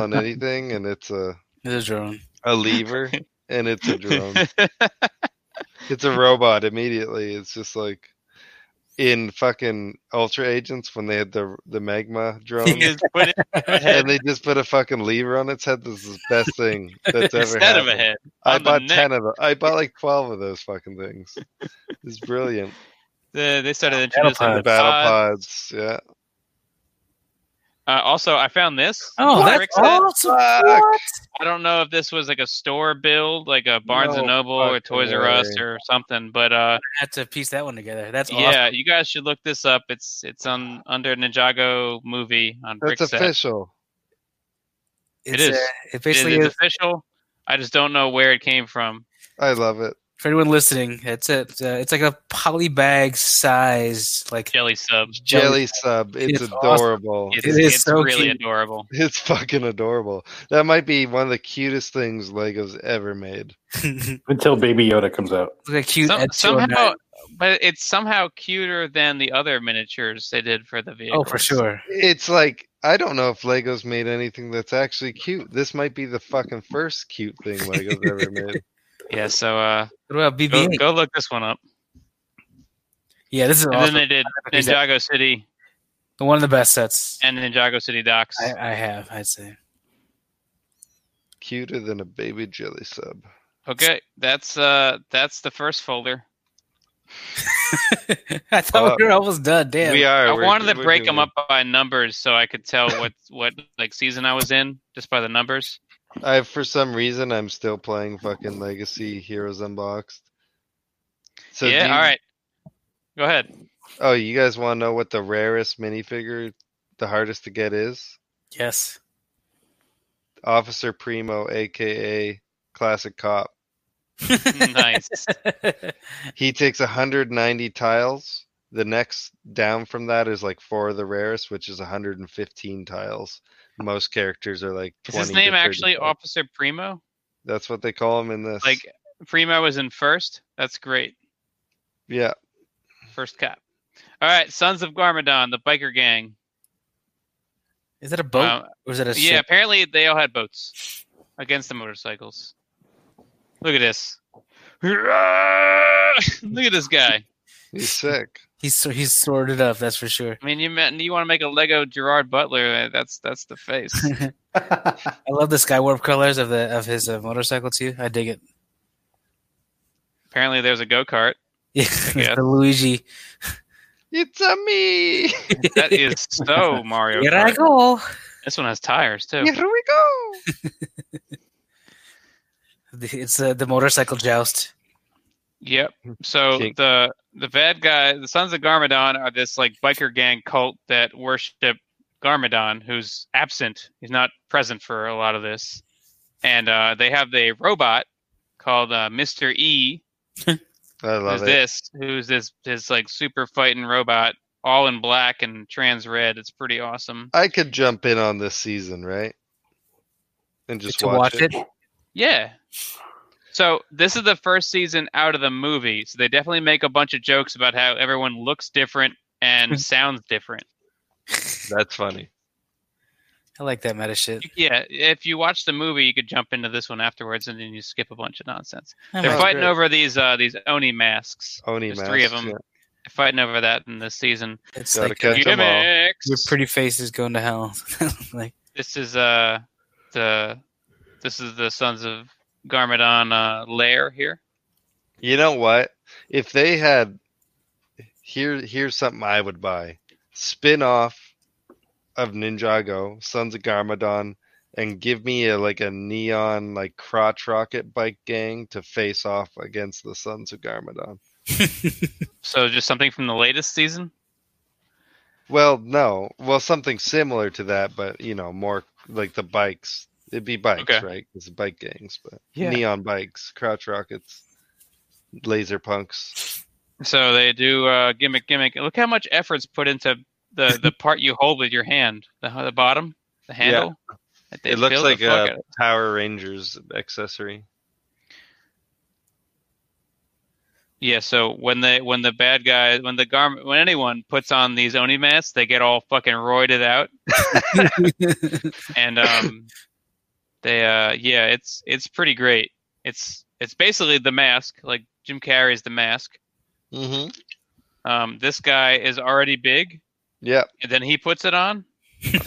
on anything, and it's a
There's a drone.
a lever, and it's a drone. it's a robot immediately. It's just like in fucking Ultra Agents when they had the the magma
You
drone.
just put it
and they just put a fucking lever on its head. This is the best thing that's ever
instead of a
happened.
head
I
on the
bought
neck.
ten of them. I bought like twelve of those fucking things. It's brilliant.
they they started introducing
pods.
The battle
pods.
pods. Yeah.
Uh, also, I found this.
Oh,
What?
that's
Rick said.
awesome.
Fuck.
What?
I don't know if this was like a store build, like a Barnes and
No
Noble or
fucking
Toys R Us
way.
or something. But uh,
had to piece that one together. That's awesome.
yeah, you guys should look this up. It's it's on under Ninjago movie on
That's
Brickset.
official.
It
It's,
is.
uh, it
It is
basically
it's
is.
official. I just don't know where it came from.
I love it.
For anyone listening, it's a, it's, a, it's like a poly bag size. Like
Jelly sub.
Jelly sub. It's,
It's awesome.
adorable.
It's,
It is
it's
so
really
cute.
adorable.
It's fucking adorable. That might be one of the cutest things Legos ever made.
it's
Until Baby Yoda comes out.
like a cute.
Some-
Ed
somehow,
Sheeran.
but it's somehow cuter than the other miniatures they did for the vehicle.
Oh, for sure.
It's like I don't know if Legos made anything that's actually cute. This might be the fucking first cute thing Legos ever made.
Yeah. So uh,
What about
go,
BB?
go look this one up.
Yeah, this is
And
awesome.
then they did
Is that-
Ninjago City
the one of the best sets
and Ninjago City Docks.
I, I have. I'd say.
Cuter than a baby jelly sub.
Okay, that's uh, that's the first folder.
I thought we were almost done. Damn.
We are.
I
we're-
wanted to
we're
break them
doing-
up by numbers so I could tell what what like season I was in just by the numbers.
I for some reason I'm still playing fucking Legacy Heroes Unboxed. So
yeah.
these-
All right. Go ahead.
Oh, you guys want to know what the rarest minifigure, the hardest to get is?
yes.
Officer Primo, aka Classic Cop.
nice.
He takes 190 tiles. The next down from that is like four of the rarest, which is 115 tiles. Most characters are like. 20
Is his
to
name
30
actually
tiles.
Officer Primo?
That's what they call him in this.
Like Primo was in first. That's great.
yeah,
First cop. All right, Sons of Garmadon, the biker gang.
Is that a boat
Uh,
or is that a
yeah,
ship?
apparently they all had boats against the motorcycles. Look at this. Look at this guy.
he's sick.
He's so- he's sorted up. That's for sure.
I mean, you meant you want to make a Lego Gerard Butler? eh, That's that's the face.
I love the Skywarp colors of the of his uh, motorcycle too. I dig it.
apparently, there's a go kart.
Yeah,
Yeah.
the Luigi.
It's a me.
That is so Mario.
Here I
Kart.
go.
This one has tires too.
Here we go.
The- It's uh, the motorcycle joust.
Yep. So
Jake.
the the bad guy, the Sons of Garmadon, are this like biker gang cult that worship Garmadon, who's absent. He's not present for a lot of this, and uh, they have a robot called uh, Mister E.
I
Who's
love it.
this? Who's this? This like super fighting robot, all in black and trans red. It's pretty awesome.
I could jump in on this season, right? And just
to
watch, it.
Yeah. So this is the first season out of the movie, so they definitely make a bunch of jokes about how everyone looks different
Hmm.
and sounds different.
That's funny.
I like that meta shit.
Yeah, if you watch the movie, you could jump into this one afterwards, and then you skip a bunch of nonsense.
I
They're
Oh,
like-
fighting
great.
over these uh, these oni masks.
Oni
There's three of
masks,
them.
yeah.
They're fighting over that in this season.
it's
gotta
like uh,
catch 'em.
your,
them all.
Gimmicks!
pretty face is going to hell. like
This is uh the this is the Sons of Garmadon uh, lair here.
You know what? If they had here, here's something I would buy: spin off of Ninjago, Sons of Garmadon, and give me a like a neon like crotch rocket bike gang to face off against the Sons of Garmadon.
So just something from the latest season.
Well, no, well something similar to that, but you know more like the bikes. It'd be bikes,
Okay.
right? It's bike gangs, but
Yeah.
neon bikes, crotch rockets, laser punks.
So they do uh, gimmick, gimmick. Look how much effort's put into the the part you hold with your hand, the the bottom, the handle. They
It looks
built the
like uh,
fuck
a
out of it.
Power Rangers accessory.
Yeah, so when they when the bad guy when the garment when anyone puts on these oni masks, they get all fucking roided out, and um, they uh yeah, it's it's pretty great. It's it's basically the mask, like Jim Carrey's the mask.
Mm-hmm.
Um, this guy is already big,
Yep.
and then he puts it on. so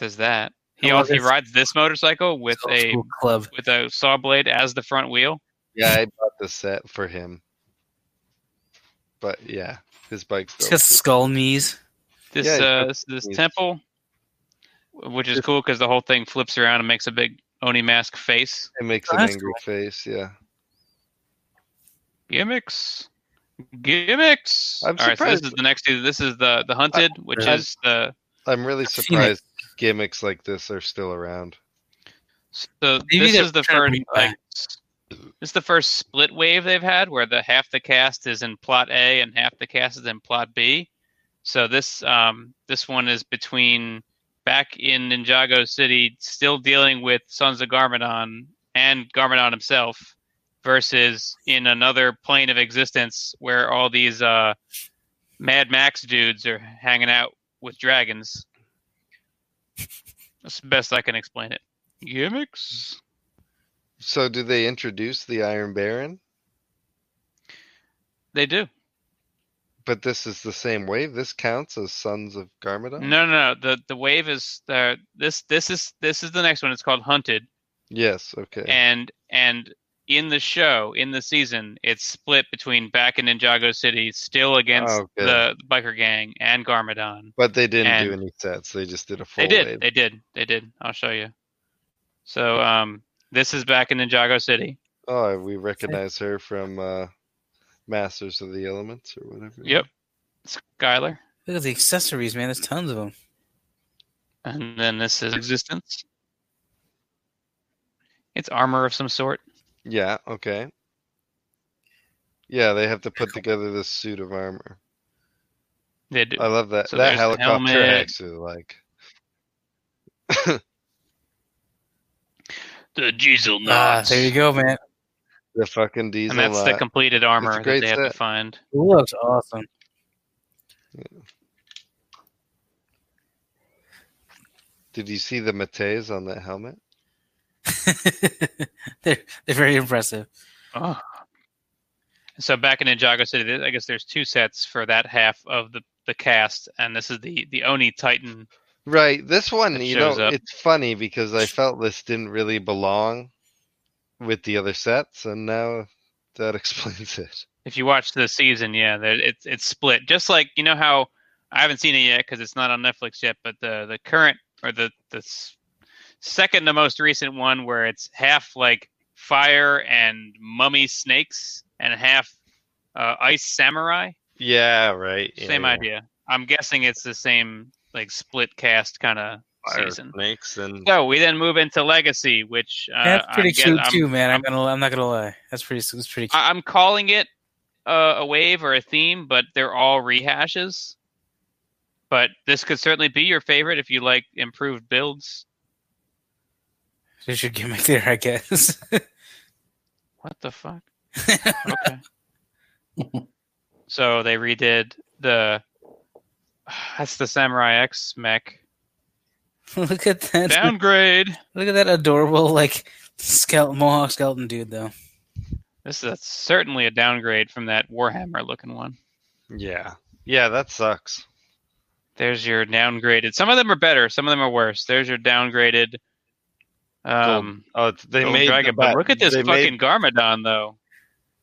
there's that. He
I love
also he
this.
rides this motorcycle with
old
a
school club.
with a saw blade as the front wheel.
Yeah, I bought the set for him. But yeah, his bike's
It's
dope.
got skull knees.
this
Yeah, it's
uh
got
this, this
these-
temple which is cool because the whole thing flips around and makes a big oni mask face
it makes
Oh,
an
that's
angry face. Yeah,
gimmicks gimmicks
I'm
all right so this
surprised-
is the next this is the the hunted which
I'm-
is the
I'm really
seen it.
surprised gimmicks like this are still around.
so
Maybe
this
they're
is the first
trying to bring it
like
back.
s- this is the first split wave they've had where the half the cast is in plot a and half the cast is in plot b so this um this one is between back in ninjago city still dealing with sons of garmadon and garmadon himself versus in another plane of existence where all these uh, Mad Max dudes are hanging out with dragons. That's the best I can explain it. Gimmicks.
So, do they introduce the Iron Baron?
They do.
But this is the same wave. This counts as Sons of Garmadon.
No, no, no. The the wave is uh, this. This is this is the next one. It's called Hunted,
Yes. Okay.
and and in the show, in the season, it's split between back in Ninjago City, still against
Oh, good.
the biker gang and Garmadon.
but they didn't do
and-
any sets. They just did a full
They did.
wave.
They did. They did. I'll show you. So um, this is back in Ninjago City.
Oh, we recognize her from uh, Masters of the Elements or whatever.
Yep. Skylar.
Look at the accessories, man. There's tons of them.
And then this is Existence. It's armor of some sort.
Yeah. Okay. Yeah, they have to put together this suit of armor.
They do.
I love that.
So
that
there's the
helicopter
helmet.
I actually like.
the diesel
Ah, there you go, uh, man.
The fucking
And
diesel.
that's the
lot.
completed armor that
great
they have to
set.
find.
It looks awesome.
Did you see the Mateys on that helmet?
they're they're very impressive.
Oh. So back in Ninjago City, there- I guess there's two sets for that half of the, the cast, and this is the, the Oni Titan.
Right. This one,
It
you know,
shows up.
it's funny because I felt this didn't really belong with the other sets, and now that explains it.
If you watch the season, yeah, there- it's it's split. Just like you know how I haven't seen it yet because it's not on Netflix yet, but the the current or the the s- second to most recent one where it's half like fire and mummy snakes and half uh, ice samurai.
Yeah. Right. yeah,
same
yeah.
idea. I'm guessing it's the same like split cast kind of
Fire
season.
snakes and
So we then move into Legacy, which uh,
That's pretty
I'm, guess-
cute
I'm,
too, man. I'm, gonna I'm not gonna lie. That's pretty that's pretty cute.
I- I'm calling it uh, a wave or a theme, but they're all rehashes. But this could certainly be your favorite if you like improved builds.
There's your gimmick there, I guess.
What the fuck? okay. so they redid the. That's the Samurai X mech.
Look at that.
Downgrade.
Look at that adorable like skeleton mohawk skeleton dude though.
This is certainly a downgrade from that Warhammer looking one.
Yeah. Yeah. That sucks.
There's your downgraded. Some of them are better, some of them are worse. There's your downgraded. Um,
Oh, it's- they
Gold
made the
dragon, but
bat-
look at this
they
fucking
made-
Garmadon though.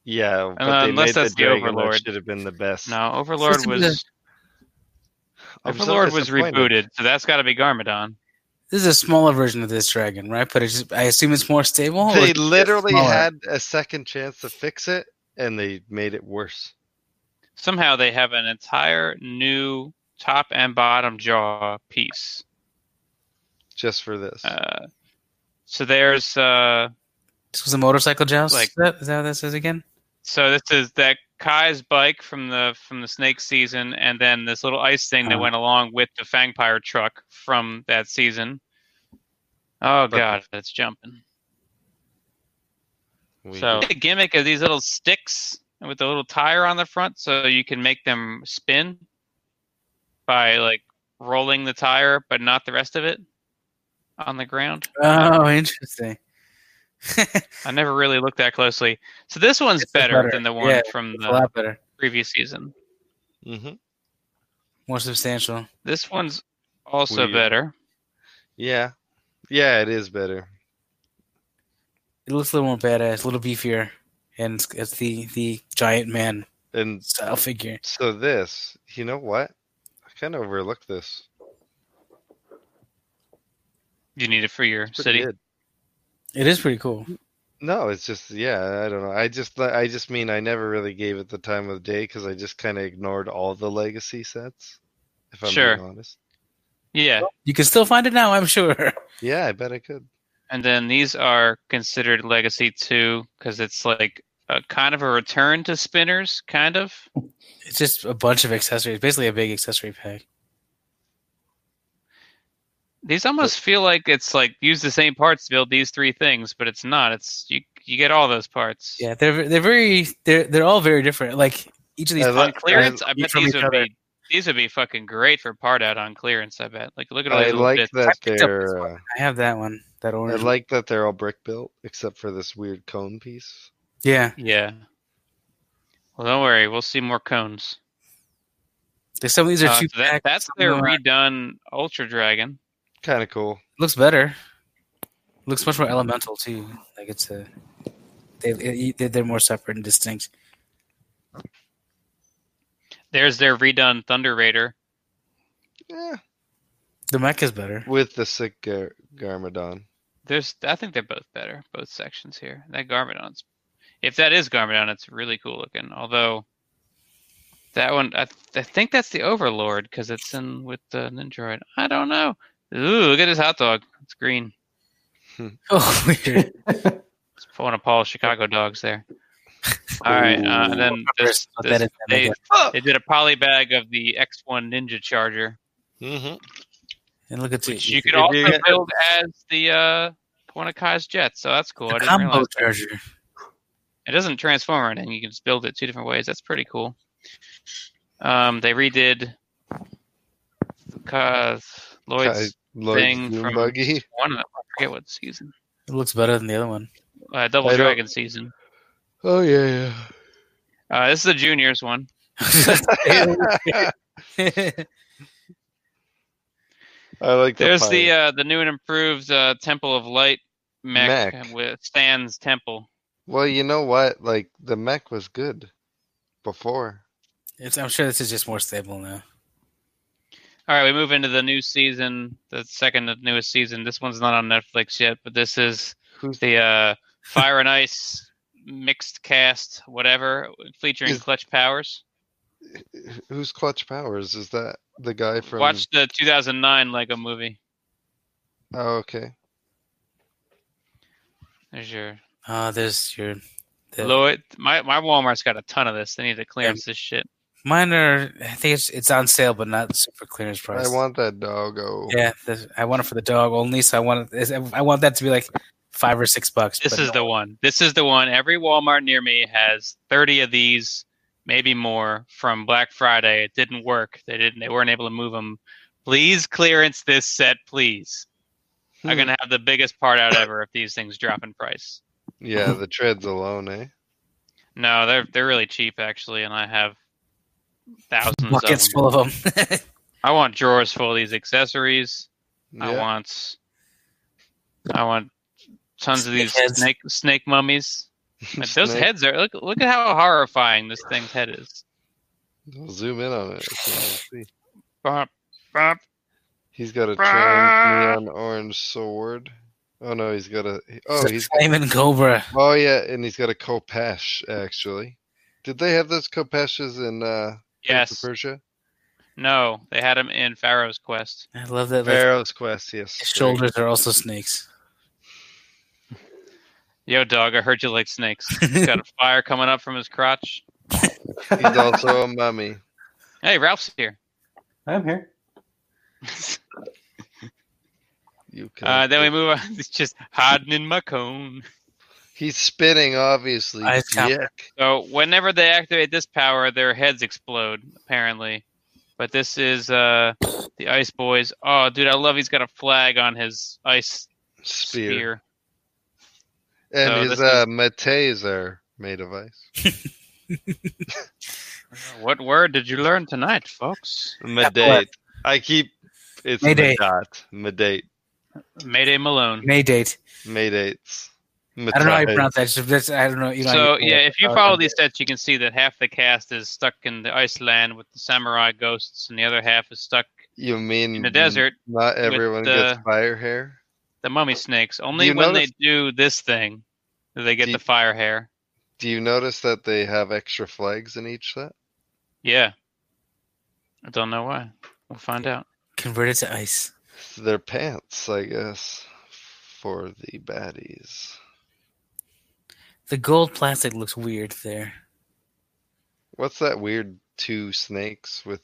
Yeah, but
Uh,
they
unless
made
that's the
the Dragon, that
Overlord.
Should have been the best.
No, Overlord
Supposed to be
was
I'm so
Overlord was
disappointed.
rebooted, so that's got to be Garmadon.
This is a smaller version of this dragon, right? But it's just, I assume it's more stable. or
They
it's
literally
smaller?
had a second chance to fix it, and they made it worse.
Somehow they have an entire new top and bottom jaw piece.
Just for this,
Uh, so there's uh,
This was a motorcycle joust.
Like-
Like, is, that, is that what that says again?
So this is that Kai's bike from the from the snake season, and then this little ice thing that
Uh-huh.
went along with the Fangpire truck from that season. Oh god, that's jumping.
We-
so the gimmick of these little sticks with the little tire on the front, so you can make them spin by like rolling the tire, but not the rest of it on the ground.
Oh, interesting.
I never really looked that closely. So this one's
This is
better,
better.
than the one
Yeah,
from
It's a
the
lot better,
previous season.
Mhm.
more substantial.
This one's also
We-
better.
yeah, yeah, it is better.
It looks a little more badass, a little beefier, and it's, it's the the giant man
And
style figure.
so this, you know what? I kind of overlooked this.
You need it for your
It's pretty
city.
good.
It is pretty cool.
No, it's just yeah. I don't know. I just I just mean I never really gave it the time of day because I just kind of ignored all the legacy sets. If I'm
Sure.
being honest.
Yeah.
You can still find it now, I'm sure.
Yeah, I bet I could.
And then these are considered legacy too, because it's like a kind of a return to spinners, kind of.
It's just a bunch of accessories, basically a big accessory pack.
These almost feel like it's like use the same parts to build these three things, but it's not. It's you you get all those parts.
Yeah, they're they're very they're they're all very different. Like each of these
I
On
love-
clearance,
I-
I bet
from
these
each
would
other.
be these would be fucking great for part out on clearance. I bet. Like look at all
I
these little
like
bits.
that
I picked up this
they're.
one.
Uh,
I have that one. That
I
orange. one.
like that they're all brick built except for this weird cone piece.
yeah,
Yeah. Well, don't worry. We'll see more cones.
there's some of these are
Uh,
two
so that-
packs,
that's
some
their
of them are-
redone Ultra Dragon.
Kind of cool.
looks better. Looks much more elemental too. Like it's a they they- they're more separate and distinct.
There's their redone Thunder Raider.
Yeah,
The mech is better.
with the sick Gar- Garmadon.
There's, I think they're both better, both sections here. That Garmadon's, if that is Garmadon, it's really cool looking. Although that one, I, th- I think that's the Overlord because it's in with the Ninjaroid. I don't know. Ooh, look at his hot dog. It's green.
Oh, weird.
It's one of Paul's Chicago dogs there. All right, uh, and then this,
But
this-
that is-
they, they did a poly bag of the X1 Ninja Charger,
Mm-hmm.
and look at
which
the,
you could
if
also
you get-
build as the uh, one of Kai's jets. So that's cool.
the
I didn't
combo
realize that.
charger.
it doesn't transform or anything. You can just build it two different ways. That's pretty cool. Um, they redid uh, Lloyd's Thing
Lloyd's
from-
from... buggy.
one. of them. I forget what season.
It looks better than the other one.
Uh, Double
I don't-
Dragon season.
Oh yeah,
Uh, this is the juniors one.
yeah. I like the
There's the
pie.
uh, the new and improved uh, Temple of Light mech,
Mech.
with Stan's temple.
Well, you know what? Like the mech was good before.
it's, I'm sure this is just more stable now.
All right, we move into the new season, the second newest season. This one's not on Netflix yet, but this is
Who's
the uh, Fire and Ice mixed cast, whatever, featuring
Is-
Clutch Powers.
Who's Clutch Powers? Is that the guy from?
Watch the 2009 Lego movie.
Oh, okay.
There's your
Ah, there's your. The,
Lloyd. My my Walmart's got a ton of this. They need to clearance this shit.
mine are. I think it's it's on sale, but not super clearance price.
I want that Oh, doggo.
Yeah, this, I want it for the dog only. So I want it, I want that to be like five or six bucks.
This
but
is
no.
the one. This is the one. Every Walmart near me has 30 of these, maybe more, from Black Friday. It didn't work. They didn't. They weren't able to move them. Please clearance this set, please. I'm
Hmm.
gonna have the biggest part out ever if these things drop in price.
Yeah, the treads alone, eh?
No, they're they're really cheap actually, and I have thousands of them.
buckets full of them.
I want drawers full of these accessories. I
Yeah.
want I want tons of these
Snake heads.
snake snake mummies. Like, Those
Snake.
heads are look look at how horrifying this thing's head is.
I'll zoom in on it. if you wanna see.
Bop, bop.
He's got a
Ah.
trans neon orange sword. Oh no, he's got a. Oh, he's.
flaming cobra.
Oh yeah, and he's got a Kopesh actually. Did they have those Kopeshes in uh, Prince of
Yes.
Persia?
No, they had him in Pharaoh's Quest.
I love that. Like,
Pharaoh's Quest, yes.
his shoulders are also snakes.
Yo, dog, I heard you like snakes. He's got a fire coming up from his crotch.
He's also a mummy.
Hey, Ralph's here.
I'm here.
You can.
Uh, then we move on. It's just hiding in my cone.
He's spinning, obviously.
Ice cap.
Yuck.
So whenever they activate this power, their heads explode, apparently. But this is uh the Ice Boys. Oh, dude, I love he's got a flag on his ice
Spear.
spear.
And
So
his
this
uh, metes are made of ice.
What word did you learn tonight, folks?
Medate. I keep it's
Mayday.
Medate. Medate.
Mayday Malone.
May date.
Medates.
I don't know how you pronounce that. It's just- that's- I don't know. You know
So
how you-
yeah, if you follow these sets, you can see that half the cast is stuck in the Iceland with the samurai ghosts, and the other half is stuck
You mean
in the desert.
Not everyone
the-
gets fire hair.
The mummy snakes. Only
you
when
notice-
they do this thing do they get
Do you-
the fire hair.
Do you notice that they have extra flags in each set?
Yeah. I don't know why. We'll find out.
converted to ice.
Their pants, I guess, for the baddies.
The gold plastic looks weird there.
What's that weird two snakes with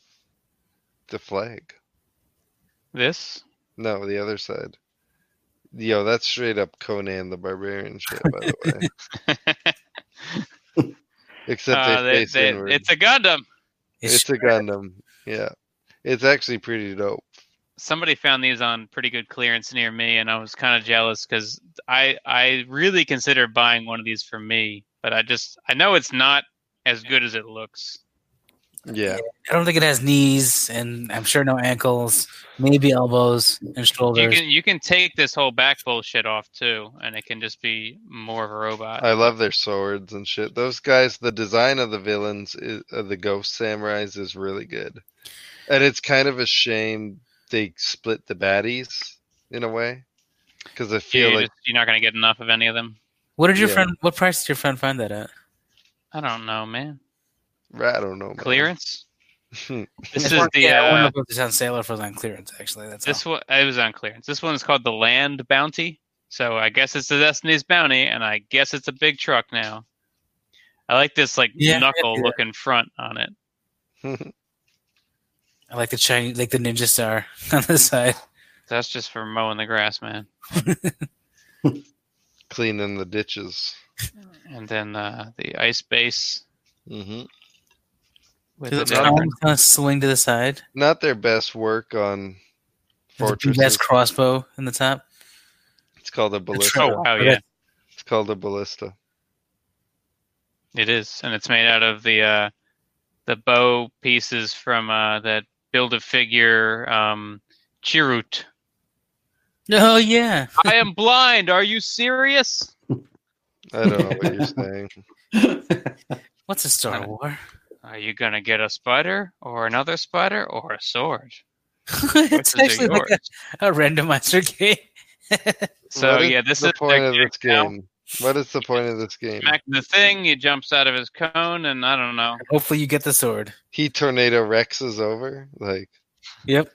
the flag?
This?
No, the other side. Yo, that's straight up Conan the Barbarian shit, by the way. Except
Uh,
they
they-
face
they-
inward.
it's a Gundam.
It's, a Gundam. Yeah, it's actually pretty dope.
Somebody found these on pretty good clearance near me, and I was kind of jealous because I I really considered buying one of these for me, but I just I know it's not as good as it looks.
Yeah,
I don't think it has knees, and I'm sure no ankles, maybe elbows and
You
shoulders.
can you can take this whole back bullshit off too, and it can just be more of a robot.
I love their swords and shit. Those guys, the design of the villains, is, of the ghost samurais, is really good, and it's kind of a shame they split the baddies in a way because I
you
feel like
are not gonna get enough of any of them.
what did your
yeah.
friend? What price did your friend find that at?
I don't know, man.
I don't know man.
Clearance. this
I
is
wonder-
the
yeah, I
uh,
wonder if it was on sale or if it was on clearance. Actually, that's
This
all.
one it was on clearance. This one is called the Land Bounty. So I guess it's the Destiny's Bounty, and I guess it's a big truck now. I like this like
Yeah,
knuckle
yeah.
looking front on it.
I like the Chinese, like the ninja star on the side.
That's just for mowing the grass, man.
cleaning the ditches.
And then uh, the ice base
hmm
with
Does
the
it
another-
kind of sling to the side?
Not their best work on
There's a big ass
Fortress.
crossbow in the top.
It's called a
Oh
ballista.
true.
wow, yeah,
It's called a ballista.
it is, and it's made out of the uh, the bow pieces from uh, that build a figure um, Chirrut.
Oh yeah,
I am blind. Are you serious?
I don't know what you're saying.
what's a Star
Kinda.
War?
Are you gonna get a spider or another spider or a sword?
it's
Which is
actually like a,
yours?
a randomizer game.
So
What is
yeah, this
the
is
point of
the
this game. What is the point of this game?
Smack the thing. He jumps out of his cone, and I don't know.
Hopefully, you get the sword.
He tornado Rexes over. Like
Yep.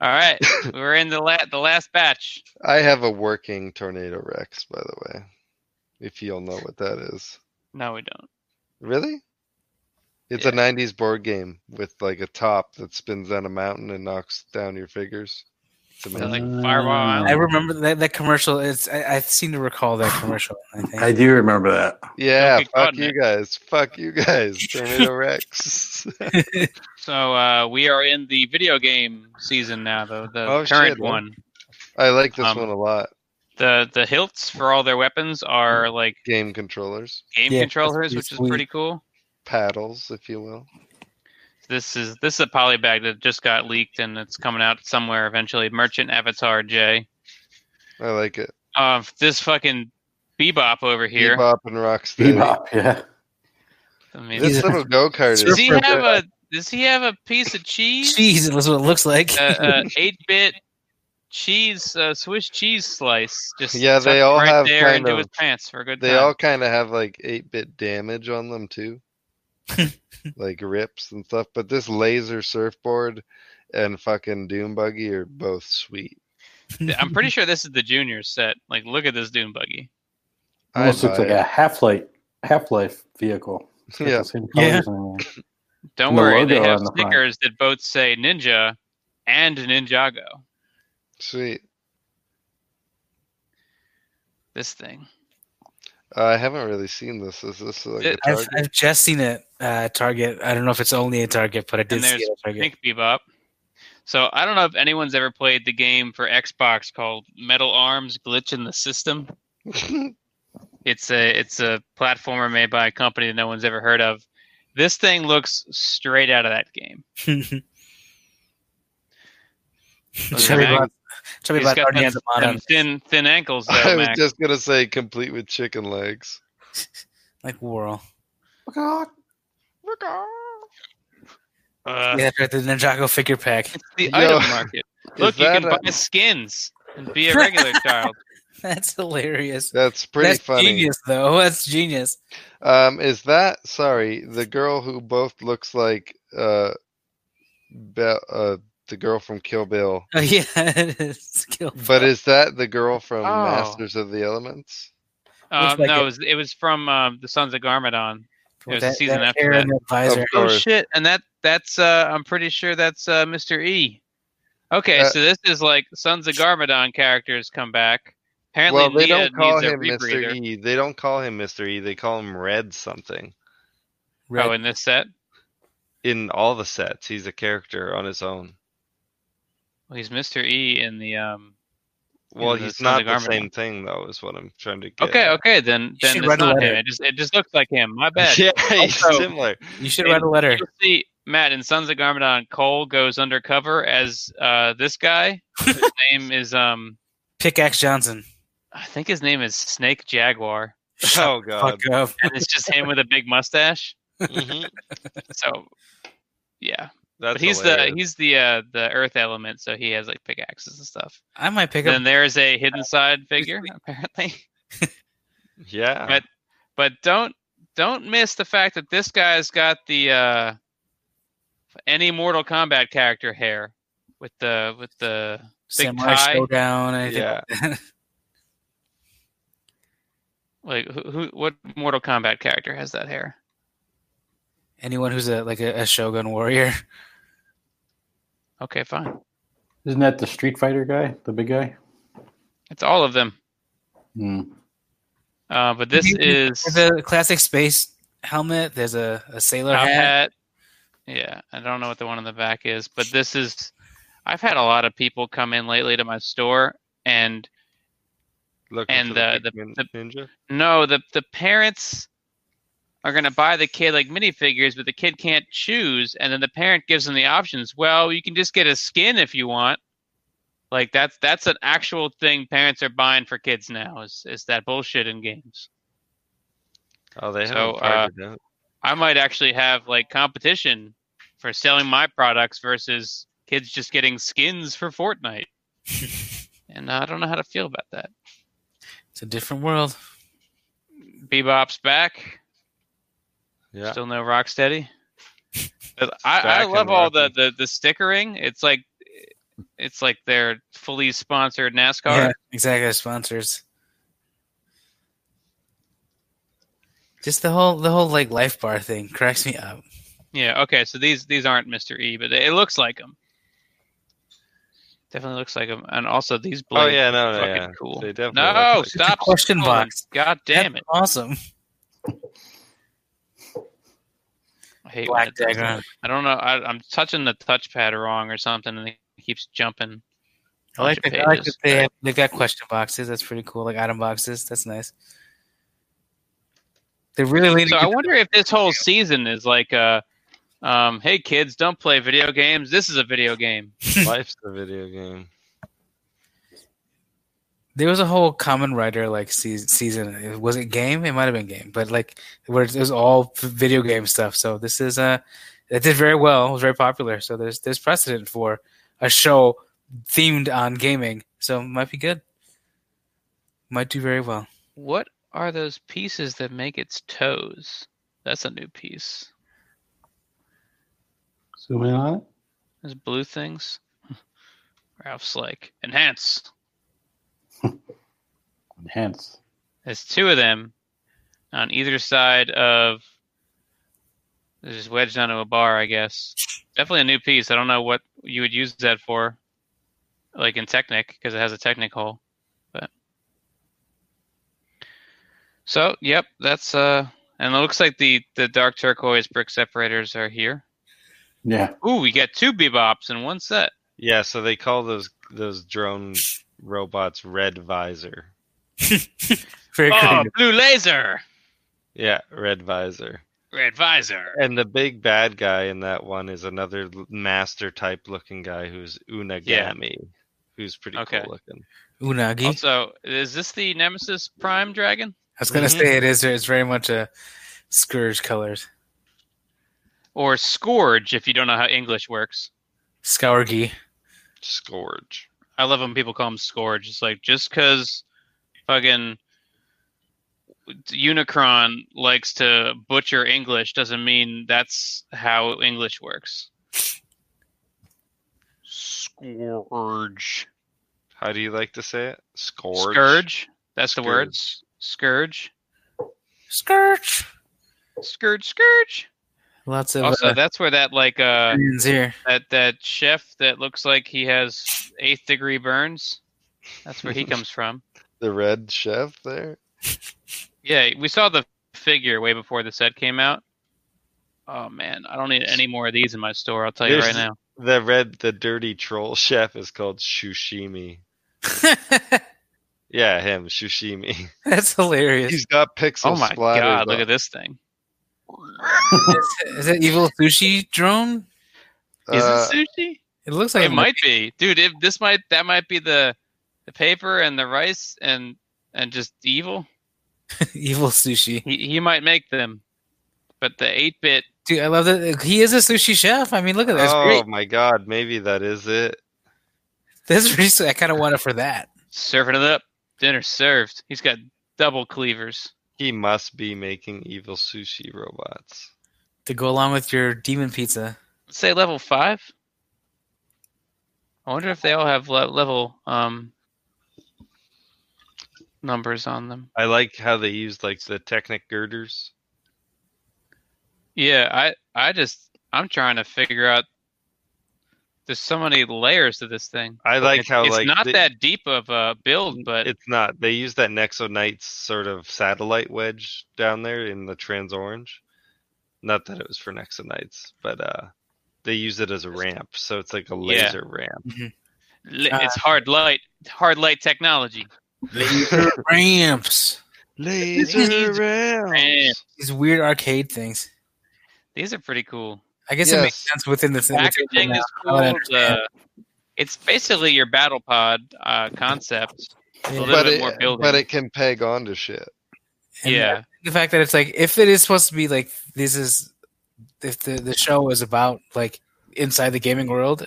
All right, we're in the la- the last batch.
I have a working tornado Rex, by the way. If you'll know what that is.
No, we don't.
Really? It's a
Yeah.
'90s board game with like a top that spins down a mountain and knocks down your figures. It's
Is that
amazing.
like
Uh,
Fireball
I
Island?
remember that, that commercial. It's I, I seem to recall that commercial. I think.
I do remember that.
yeah,
Donkey
fuck
Kong,
you
man.
guys. Fuck you guys. Tornado Rex.
So uh, we are in the video game season now, though the
Oh,
current
shit, man.
one.
I like this
Um,
one a lot.
The the hilts for all their weapons are like
Game controllers,
game
Mm. Yeah, that's
controllers,
pretty
which is
sweet.
pretty cool.
paddles, if you will.
This is this is a polybag that just got leaked, and it's coming out somewhere eventually. Merchant Avatar J.
I like it.
Uh, this fucking bebop over here.
Bebop and Rocksteady.
Bebop, yeah.
I mean,
This little go kart
Does
is
he
Surfer
have a Does he have a piece of cheese?
Jeez, that's what it looks like.
Uh, eight bit cheese, uh, Swiss cheese slice. Just
Yeah, they
tucked
all
right
have
there
kind
into
of-
his pants for a good
They
time.
all kind of have like 8 bit damage on them too, like rips and stuff. But this laser surfboard and fucking Doom Buggy are both sweet.
I'm pretty sure this is the junior set. Like, look at this dune buggy.
I
Almost looks
buy
like a half life half life vehicle. It's got
Yeah.
the same
Yeah.
colors in there.
Don't
And the
worry, they
logo
have
on the front.
stickers that both say Ninja and Ninjago.
Sweet.
This thing.
Uh, I haven't really seen this. Is this like a
It-
I've,
target?
I've just seen it uh, at Target. I don't know if it's only at Target, but I did
And
see
there's
it at Target.
Pink Bebop. So I don't know if anyone's ever played the game for Xbox called Metal Arms Glitch in the System. It's a it's a platformer made by a company that no one's ever heard of. This thing looks straight out of that game.
Chubby
Mac-
Bot- Chubby
He's
Bot
got
already
them-
has a mod
them
on it.
thin thin ankles
I
though,
was
Mac.
just gonna say complete with chicken legs.
Like Whirl.
Uh,
yeah, that's right, the Ninjago figure pack.
It's the
Yo,
item market.
Is
Look, you
that
can
a-
buy skins and be a regular child.
That's hilarious.
That's pretty
that's
funny.
genius, though. That's genius.
Um, is that sorry? The girl who both looks like uh, Be- uh, the girl from Kill Bill.
Oh, yeah, it is. Kill
But is that the girl from
Oh.
Masters of the Elements?
Uh,
Looks like
no,
it.
it was, it was from um, the Sons of Garmadon.
With
was the season after
hair
that.
and the visor.
Of
Oh
course.
shit! And that that's uh, I'm pretty sure that's uh, Mr. E. Okay,
Uh,
so this is like Sons of Garmadon characters come back, Apparently,
well, they
Nia
don't call
needs
him
a rebreather.
Mr. E. They don't call him Mr. E. They call him Red something.
Red.
Oh, in this set,
In all the sets, he's a character on his own.
well, he's Mr. E in the um. in
Well,
the
he's
Sons
not
of
the
Garmadon.
same thing though. Is what I'm trying to get.
Okay,
at.
okay, then then
should
it's
write a
not him.
letter.
It just it just looks like him. My bad.
Yeah, he's
Also-
similar.
You should
And-
write a letter.
You'll see Matt in Sons of Garmadon. Cole goes undercover as uh, this guy. His name is um,
Pickaxe Johnson.
I think his name is Snake Jaguar,
Oh
Fuck
Uh,
god.
up.
and it's just him with a big mustache.
Mhm.
So, yeah,
That's
but he's
hilarious.
the he's the uh, the Earth element, so he has like pickaxes and stuff.
I might pick up.
Then there is a hidden side figure apparently,
yeah.
But- but don't don't miss the fact that this guy's got the uh, any Mortal Kombat character hair with the with the
Samurai
tie.
Showdown. Anything.
Yeah.
Like who, who? What Mortal Kombat character has that hair?
Anyone who's a like a, a Shogun warrior.
Okay, fine.
Isn't that the Street Fighter guy, the big guy?
It's all of them.
Hmm.
Uh, but this is
There's a classic space helmet. There's a, a sailor
top
hat.
hat. Yeah, I don't know what the one in the back is, but this is. I've had a lot of people come in lately to my store, and
Looking
and
for
the- the-
pigment
the-
ninja.
no, the the parents are going to buy the kid like minifigures, but the kid can't choose, and then the parent gives them the options. Well, you can just get a skin if you want. Like that's that's an actual thing parents are buying for kids now. Is is that bullshit in games?
Oh, they
So,
haven't
uh,
fired it out.
I might actually have like competition for selling my products versus kids just getting skins for Fortnite. and I don't know how to feel about that.
It's a different world.
Bebop's back.
Yeah.
Still no Rocksteady.
But
I, I
Back
love
and
all the,
rocking.
the the stickering. It's like it's like they're fully sponsored NASCAR.
Yeah, exactly. Sponsors. Just the whole the whole like life bar thing cracks me up.
Yeah. Okay. So these these aren't Mr. E, but it looks like him. Definitely looks like him. And also these
Oh
blades.
yeah, no,
are
no,
fucking
yeah.
cool.
They definitely look
No,
like-
stop
question
scrolling.
box.
God damn it.
That's awesome.
I hate when
Black
it does that.
Dagger.
I don't know. I, I'm touching the touchpad wrong or something, and it keeps jumping.
I like,
Bunch
that,
of
I like
pages.
that they have, they've got question boxes. That's pretty cool. Like item boxes. That's nice. They're really leaning.
So I
into-
wonder if this whole season is like, uh, um, hey kids, don't play video games. This is a video game.
Life's a video game.
there was a whole common writer like season, season. It Was it game? It might have been game, but like where it was all f- video game stuff. So this is uh, it did very well. It was very popular. So there's there's precedent for a show themed on gaming. So it might be good. Might do very well.
What are those pieces that make its toes? That's a new piece.
Zoom in on it.
Those blue things. Ralph's like enhance.
Enhance.
There's two of them on either side of. They're just wedged onto a bar, I guess. Definitely a new piece. I don't know what you would use that for, like in Technic, because it has a Technic hole. But so, yep, that's uh, and it looks like the the dark turquoise brick separators are here.
Yeah.
Ooh, we got two bebops in one set.
Yeah, so they call those those drone robots red visor.
Very
Oh,
creative.
blue laser,
Yeah, red visor.
red visor.
And the big bad guy in that one is another l- master type looking guy who's Unagami, who's pretty
Okay.
cool looking.
Unagi.
Also, is this the Nemesis Prime Dragon?
I was gonna
mm-hmm.
Mhm.
say it is. It's very much a scourge colors.
or scourge if you don't know how English works.
Scourgy.
Scourge.
I love when people call them scourge. It's like just because fucking Unicron likes to butcher English doesn't mean that's how English works. Scourge.
How do you like to say it? Scourge.
Scourge. That's the word. S- Scourge.
Scourge.
Scourge. Scourge.
Lots of
Also,
uh,
that's where that like uh
onions here.
that that chef that looks like he has eighth degree burns. That's where he comes from.
the red chef there.
Yeah, we saw the figure way before the set came out. Oh man, I don't need any more of these in my store. I'll tell you
There's-
right now.
The red, the dirty troll chef is called Shushimi. Yeah, him, Shushimi.
That's hilarious.
He's got pixel
Oh my
splatters
god, look
on-
at this thing.
is, is that evil sushi drone?
Is
Uh,
it sushi?
It looks like
it might be, dude. If this might that might be the the paper and the rice and and just evil.
evil sushi.
He he might make them, but the eight bit.
Dude, I love that. uh, He is a sushi chef. I mean, look at that.
oh
That's great.
my god, maybe that is it.
That's really. sweet. I kind of want it for that.
Serving it up. Dinner served. He's got double cleavers.
He must be making evil sushi robots.
to go along with your demon pizza.
Say level five. I wonder if they all have le- level um numbers on them.
I like how they use like the Technic girders.
Yeah, I I just I'm trying to figure out. There's so many layers to this thing.
I like
it's,
how
it's
like
not
they-
that deep of a build, but
it's not. They use that Nexo Knights sort of satellite wedge down there in the Trans Orange. Not that it was for Nexo Knights, but uh they use it as a ramp, so it's like a
Yeah.
laser ramp.
li- it's hard light, hard light technology.
Ramps.
Laser ramp.
These weird arcade things.
These are pretty cool.
I guess it makes
Yes.
sense within the thing.
Packaging is
now. I
cool.
understand.
the- it's basically your battle pod uh, concept. A little
But
bit
it,
more building.
but it can peg onto shit.
And
yeah,
The fact that it's like, if it is supposed to be like, this is, if the, the show is about like inside the gaming world,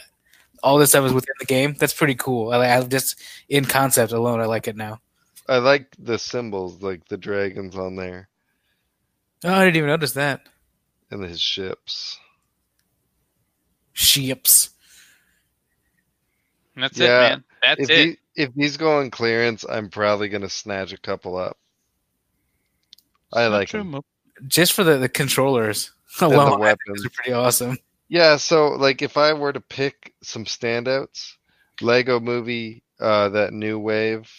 all this stuff is within the game. That's pretty cool. I, I just in concept alone, I like it now.
I like the symbols, like the dragons on there
Oh, I didn't even notice that.
and his ships.
Ships.
And that's
Yeah.
it, man. That's
if
it.
the- if these go on clearance, I'm probably gonna snatch a couple up. I like 'em.
Just for the, the controllers alone,
the
I think
weapons.
those are pretty awesome.
Yeah, so like if I were to pick some standouts, Lego Movie, uh, that new wave,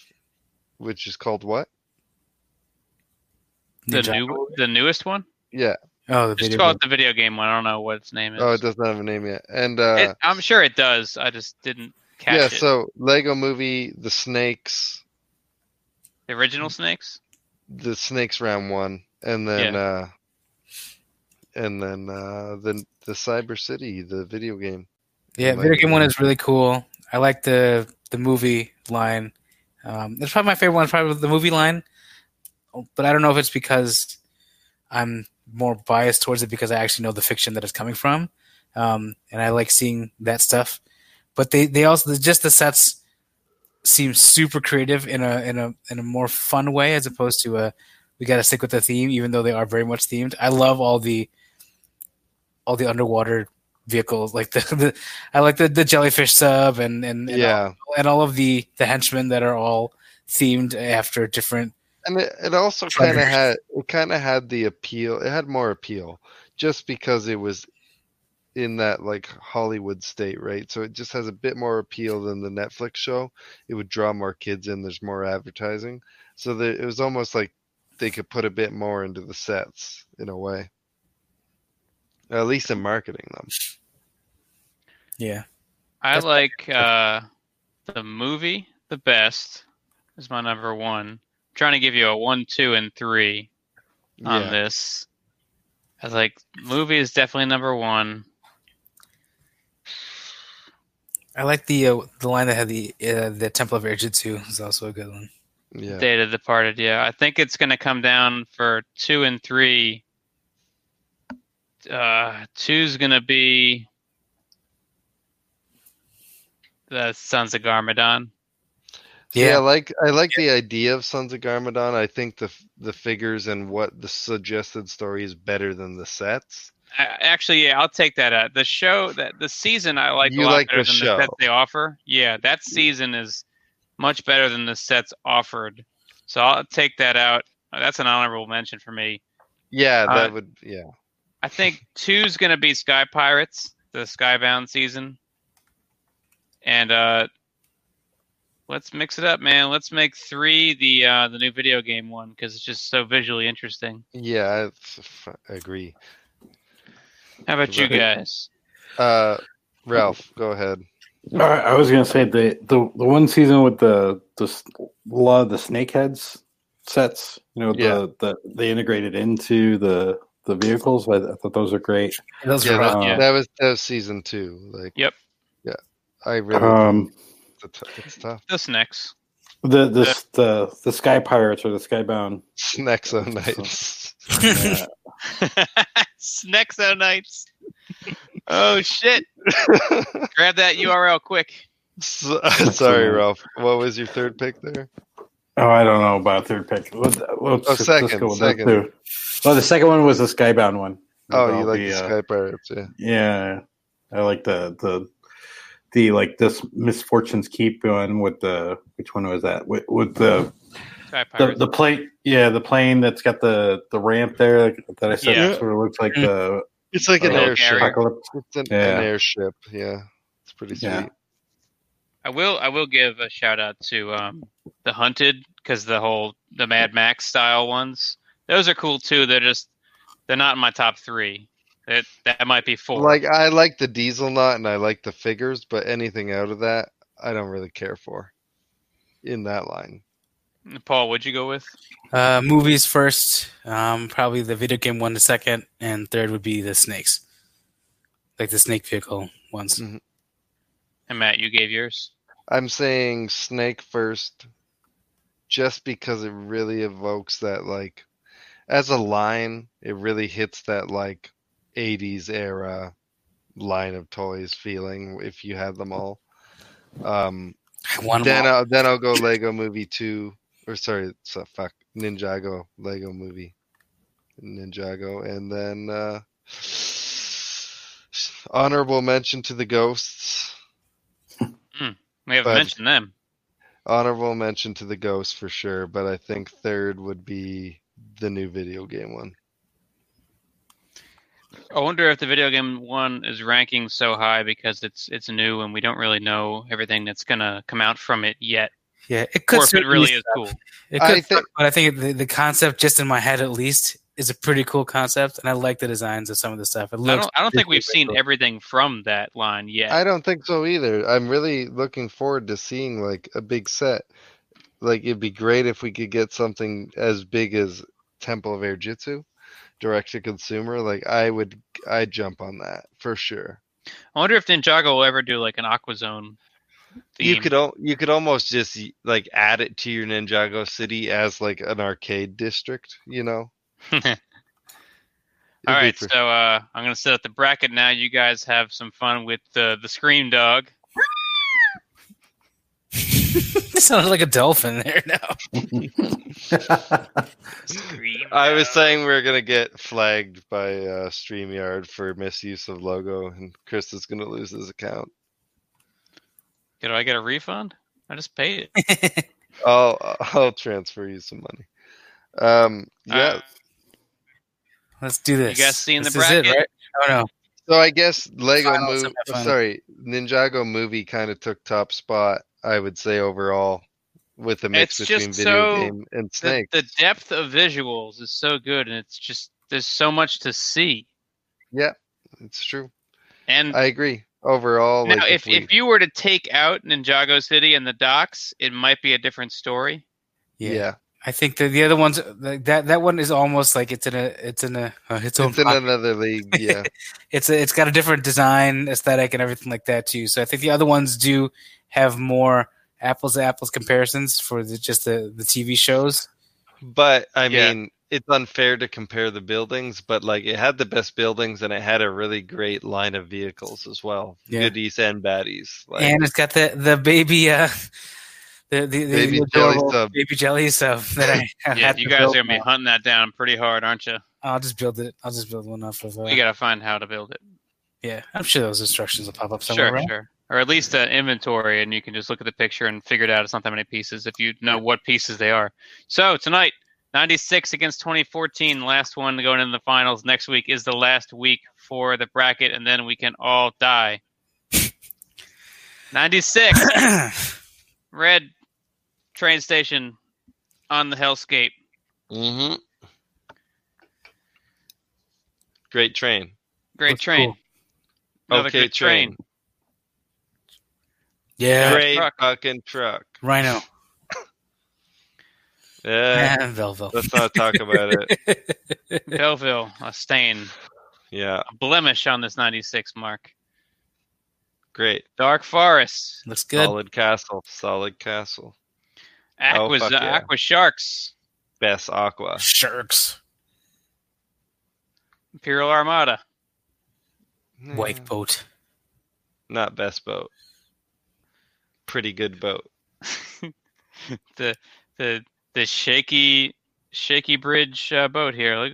which is called what?
the
Ninja-
new, the newest one.
Yeah.
oh, the
Just
video
call
game.
it the video game one. I don't know what its name is.
Oh, it doesn't have a name yet. And uh,
It- I'm sure it does. I just didn't catch
yeah,
it.
so Lego Movie, the snakes,
the original
Mm-hmm.
snakes.
the snakes round one, and then uh, and then uh, the the Cyber City, the video game.
Yeah,
Like-
video game one is really cool. I like the the movie line. Um, it's probably my favorite one. Probably the movie line, but I don't know if it's because I'm more biased towards it because I actually know the fiction that it's coming from, um, and I like seeing that stuff. But they they also just the sets seem super creative in a in a in a more fun way as opposed to a we got to stick with the theme even though they are very much themed. I love all the all the underwater vehicles like the, the I like the, the jellyfish sub and and and,
yeah,
all, and all of the the henchmen that are all themed after different
and it, it also kind of
Treasures.
had it kind of had the appeal it had more appeal just because it was in that like hollywood state right so it just has a bit more appeal than the netflix show it would draw more kids in there's more advertising so that it was almost like they could put a bit more into the sets in a way at least in marketing them
yeah
I
That's-
like uh, the movie the best. Is my number one. I'm trying to give you a one, two, and three on
yeah
this. I was like, movie is definitely number one.
I like the uh, the line that had the uh, the Temple of Erjitsu is also a good one.
yeah
Data of the Departed. Yeah, I think it's going to come down for two and three. Uh, two's going to be the Sons of Garmadon.
Yeah,
Yeah.
I like I like the idea of Sons of Garmadon. I think the f- the figures and what the suggested story is better than the sets.
I, actually, yeah, I'll take that out. The show that the season I like
You
a lot
like
better
the
than
show.
the sets they offer. Yeah, that season is much better than the sets offered. So I'll take that out. Uh, That's an honorable mention for me.
Yeah,
Uh,
that would yeah.
I think two's gonna be Sky Pirates, the Skybound season, and uh, Let's mix it up, man. Let's make three the uh, the new video game one because it's just so visually interesting.
Yeah, I f- f- agree.
How about you
Right.
guys?
Uh, Ralph, go ahead.
I, I was gonna say the, the the one season with the the s- a lot of the snakeheads sets, you know,
Yeah.
the, the they integrated into the the vehicles. I, I thought those were great.
Those
Yeah,
were rough.
that,
Yeah.
that was that was season two. Like,
Yep.
yeah. I really,
Um,
it's, a t- it's tough.
This next.
the the s- the the sky pirates or the skybound.
Snexo Knights.
uh,
Snexo Nights. Oh shit! Grab that URL quick.
So- sorry,
Knights.
Ralph. What was your third pick there?
oh, I don't know about third pick. Let's, let's,
Oh, second,
let's go with that
second.
too. Well, the second one was the skybound one.
Oh, you
About
like
the,
the
uh,
Sky Pirates? Yeah.
Yeah, I like the the the like this misfortunes keep going with the which one was that with, with the,
Sky
the
Pirates.
the plane yeah the plane that's got the the ramp there that I said
Yeah. Mm-hmm.
sort of looks like the
It's like an
Little
airship.
carrier.
apocalypse.
It's an,
Yeah.
an airship. Yeah, it's pretty sweet.
Yeah.
I will. I will give a shout out to um, the Hunted because the whole the Mad Max style ones. Those are cool too. They're just they're not in my top three. That that might be four.
Like I like the diesel knot and I like the figures, but anything out of that, I don't really care for. In that line,
Paul, what'd you go with?
Uh, movies first, um, probably the video game one the second, and third would be the snakes, like the snake vehicle ones.
Mm.
And Matt, you gave yours.
I'm saying snake first, just because it really evokes that like, as a line, it really hits that like '80s era line of toys feeling if you had them all. Um,
I want 'em
then
uh,
all.
I'll, then I'll go Lego Movie two or sorry, so fuck Ninjago Lego Movie, Ninjago, and then uh, honorable mention to the ghosts.
We haven't
But-
mentioned them.
Honorable mention to the ghosts for sure, but I think third would be the new video game one.
I wonder if the video game one is ranking so high because it's it's new and we don't really know everything that's gonna come out from it yet.
yeah, it could
Or if it
certainly
really
suck.
is cool.
It
I
could
think-
suck, but I think the, the concept, just in my head at least, is a pretty cool concept, and I like the designs of some of the stuff. It
I
looks.
don't I don't think we've
particularly
seen everything from that line yet.
I don't think so either. I'm really looking forward to seeing like a big set. Like it'd be great if we could get something as big as Temple of Air Jitsu, direct to consumer. Like I would, I jump on that for sure.
I wonder if Ninjago will ever do like an Aquazone.
You
theme.
could al- you could almost just like add it to your Ninjago City as like an arcade district.
You know.
All
It'd be
right,
for-
so uh, I'm gonna set up the bracket now. You guys have some fun with the the scream dog.
it sounded like a dolphin there now.
Scream.
I was saying we are gonna get flagged by uh, Streamyard for misuse of logo, and Chris is gonna lose his account.
Did I get a refund? I just paid it.
I'll I'll transfer you some money. Um, yeah.
Uh,
Let's do this.
guys seen the
This is it,
bracket?
right? Oh no.
So I guess Lego
Final
movie,
semifinal.
sorry, Ninjago movie kind of took top spot, I would say overall, with the mix
It's
between
just
video
so-
game and
the,
Snake.
the depth of visuals is so good, and it's just there's so much to see.
It's true.
And
I agree. Overall,
now,
like
if,
we-
if you were to take out Ninjago City and the docks, it might be a different story.
yeah,
I think the the other ones like that that one is almost like it's in a it's in a uh, its own
it's in
pocket.
another league. Yeah,
it's a, it's got a different design aesthetic and everything like that too. So I think the other ones do have more apples to apples comparisons for the, just the the TV shows.
But I
Yeah.
mean, it's unfair to compare the buildings. But like, it had the best buildings and it had a really great line of vehicles as well,
Yeah.
goodies and baddies. Like,
and it's got the the baby uh the the, the
Baby
the
jelly
adorable
sub.
baby jelly sub that I, I
Yeah,
had
you
to
guys are
build
gonna be
now.
hunting that down pretty hard, aren't you?
I'll just build it. I'll just build one off of. Uh,
We gotta find how to build it.
yeah, I'm sure those instructions will pop up somewhere.
Sure,
right?
sure. Or at least an inventory, and you can just look at the picture and figure it out. It's not that many pieces if you know what pieces they are. So tonight, 96 against 2014, last one going into the finals. Next week is the last week for the bracket, and then we can all die. 96, red train station on the hellscape.
Mm-hmm.
Great train.
Great
That's
train.
cool.
Another
okay,
good train.
Yeah,
Great
Truck.
fucking truck.
Rhino.
Uh,
Yeah.
Yeah, Velvo.
Let's not talk about it.
Belleville, a stain,
Yeah.
a blemish on this 96 mark.
Great.
Dark Forest,
Looks good.
Solid castle. Solid castle.
Aqua,
Oh, fuck yeah.
Aqua Sharks,
Best aqua.
Sharks.
Imperial Armada,
Wife
Mm,
boat.
Not best boat. Pretty good boat.
the the the shaky shaky bridge uh, boat here. Look,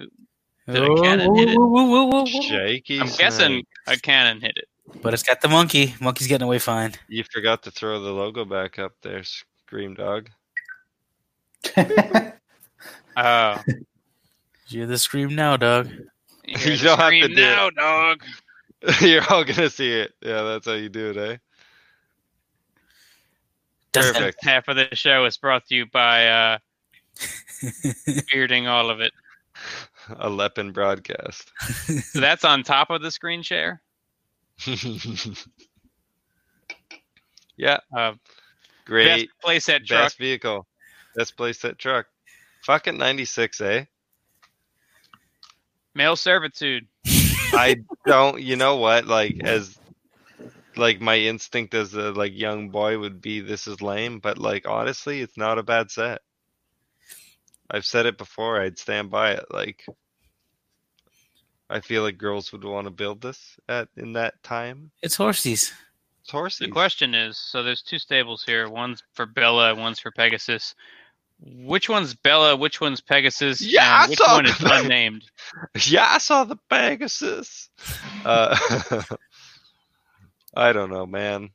Did a
Oh,
cannon hit it?
woo, woo, woo, woo, woo.
Shaky.
I'm
snake.
guessing a cannon hit it.
But it's got the monkey. Monkey's getting away fine.
You forgot to throw the logo back up there, Scream Dog.
Oh,
Hear the scream now, dog.
you hear
You
the
don't have
scream
to do
now, dog.
You're all gonna see it. Yeah, that's how you do it, eh?
Dun,
And
Perfect.
half of the show is brought to you by uh, bearding all of it.
A Leppin broadcast.
So that's on top of the screen share.
yeah,
Uh, best
great,
place at
best,
truck.
vehicle, best place that truck. Fucking ninety six, eh?
Male servitude.
I don't. You know what? Like as, like my instinct as a like young boy would be, this is lame. But like honestly, it's not a bad set. I've said it before. I'd stand by it. Like, I feel like girls would want to build this at in that time.
It's horsies.
It's horses.
The question is, so there's two stables here. One's for Bella, one's for Pegasus. Which one's Bella? Which one's Pegasus?
Yeah,
and
I
which
saw
one is
that.
unnamed?
Yeah, I saw the Pegasus. Uh, I don't know, man.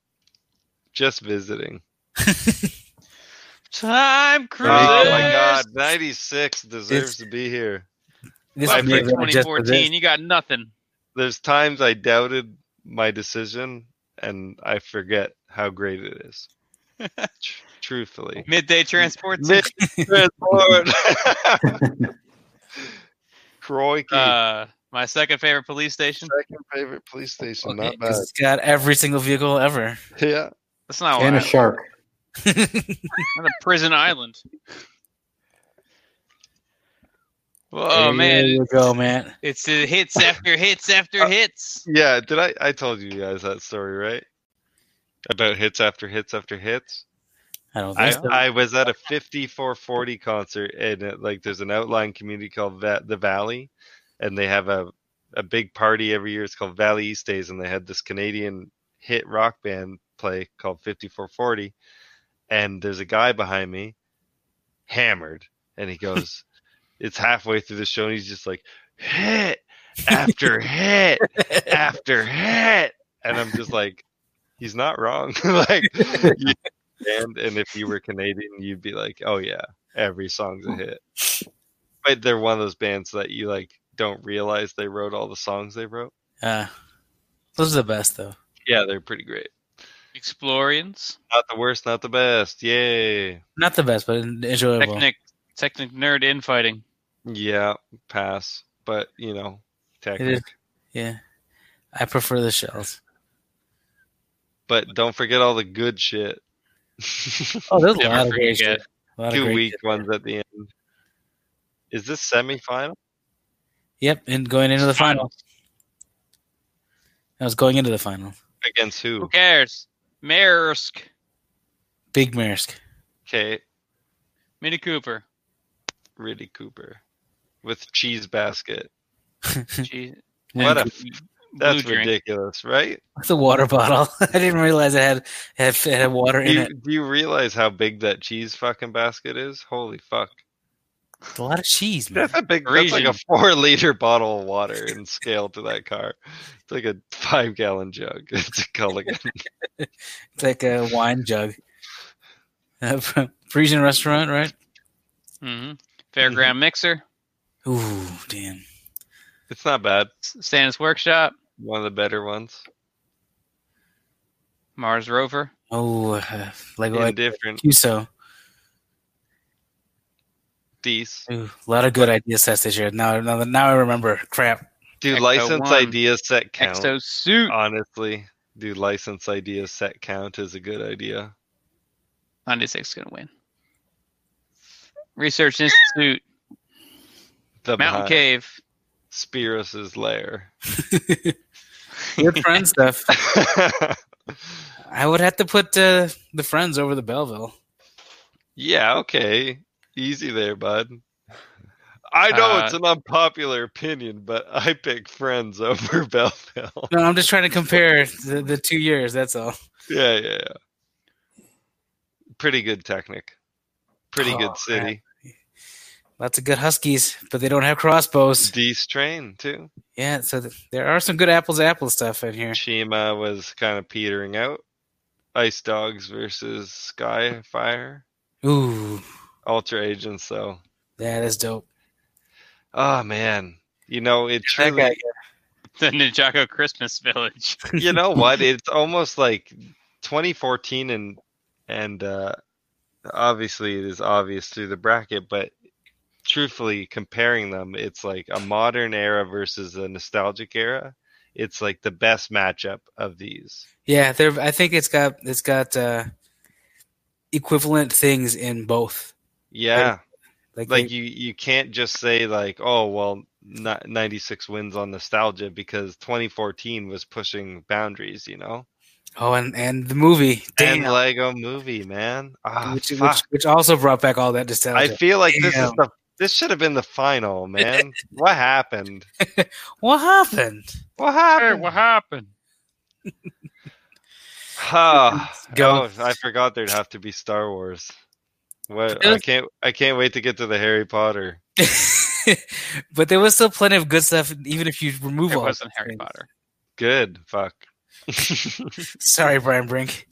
Just visiting.
Time
Oh
cruiser.
my god, 96 deserves to be here.
This
I
would be
picked
just for this.
2014. You got nothing.
There's times I doubted my decision and I forget how great it is. Tr- truthfully.
Midday transports.
Mid- transport. Crikey.
uh, my second favorite police station.
Second favorite police station.
Okay,
Not
'cause
bad.
It's got every single vehicle ever.
Yeah.
That's not
and
why.
a shark.
Not a prison island. Oh man,
There you go, man.
it's uh, hits after hits
Uh,
after hits.
Yeah, did I? I told you guys that story, right? About hits after hits after hits.
I don't
I,
think so.
I was at a 5440 concert and it, like there's an outlying community called Va- the Valley and they have a a big party every year it's called Valley East Days and they had this Canadian hit rock band play called 5440 and there's a guy behind me hammered and he goes it's halfway through the show and he's just like hit after hit after hit and I'm just like he's not wrong like you understand, and if you were Canadian, you'd be like, "Oh yeah, every song's a hit." But they're one of those bands that you like don't realize they wrote all the songs they wrote.
Uh, those are the best, though.
Yeah, they're pretty great.
Explorians,
Not the worst, not the best. Yay.
Not the best, but enjoyable.
technic, technic nerd infighting.
Yeah, pass. But you know,
is.
technic.
Yeah, I prefer the shells.
But don't forget all the good shit.
Oh, there's a
Never
lot of great
forget.
shit. A lot of
Two
great
weak
shit.
ones at the end. Is this semifinal?
Yep, and going into the final. I was going into the final.
Against
Who
who?
cares? Maersk,
Big Maersk.
Okay,
Mini Cooper.
Ridley Cooper. With cheese basket.
Gee,
What
and
a
blue
That's
drink.
ridiculous, right?
It's a water bottle. I didn't realize it had had, it had water
Do
in
you,
it.
do you realize how big that cheese fucking basket is? Holy fuck!
It's a lot of cheese, man.
That's a big.
Parisian.
That's like a four liter bottle of water in scale to that car. It's like a five gallon jug. It's a Culligan.
It's like a wine jug. Uh, from Parisian restaurant, right?
Mhm. Fairground Mixer,
Ooh, damn.
It's not bad.
S- Stannis Workshop,
One of the better ones.
Mars Rover,
Oh, uh, Lego
Indifferent.
Cuso.
60s.
Ooh, a lot of good idea sets this year. Now, now, now I remember. Crap.
Do
Ecto
license
one.
idea set count. Oh.
Exo suit.
Honestly, do license idea set count is a good idea.
96 is going to win. Research Institute,
The
Mountain
Mahi-
Cave.
Spiros's lair.
Good friend stuff. I would have to put uh, the friends over the Belleville.
yeah, okay. Easy there, bud. I know
Uh,
it's an unpopular opinion, but I pick friends over Belleville.
No, I'm just trying to compare the, the two years. That's all.
yeah, yeah, yeah. Pretty good technic. Pretty
Oh, man.
good city.
Lots of good Huskies, but they don't have crossbows.
D's train too.
Yeah, so th- there are some good apples to apple stuff in here.
Shima was kind of petering out. Ice Dogs versus Skyfire.
Ooh,
Ultra Agents though.
that is dope.
Oh man. You know, it
That
truly
guy,
The Ninjago Christmas Village.
you know what? It's almost like 2014, and and uh, obviously it is obvious through the bracket, but truthfully, comparing them, it's like a modern era versus a nostalgic era. It's like the best matchup of these.
yeah, there. I think it's got it's got uh, equivalent things in both.
Yeah,
Like,
like
they-
you you can't just say like, oh well, ni- 96 wins on nostalgia because 2014 was pushing boundaries, you know.
oh, and and the movie, damn,
And Lego Movie, man. Ah,
which,
fuck.
which which also brought back all that
I
nostalgia.
feel like this is
Damn.
the this should have been the final, man. what happened?
what happened?
What happened?
what happened?
Ah,
Go.
oh, I forgot there'd have to be Star Wars. What
It
I
was-
can't I can't wait to get to the Harry Potter.
but there was still plenty of good stuff, even if you remove
It
all.
wasn't
those
Harry
things.
Potter.
Good fuck.
Sorry, Brian Brink.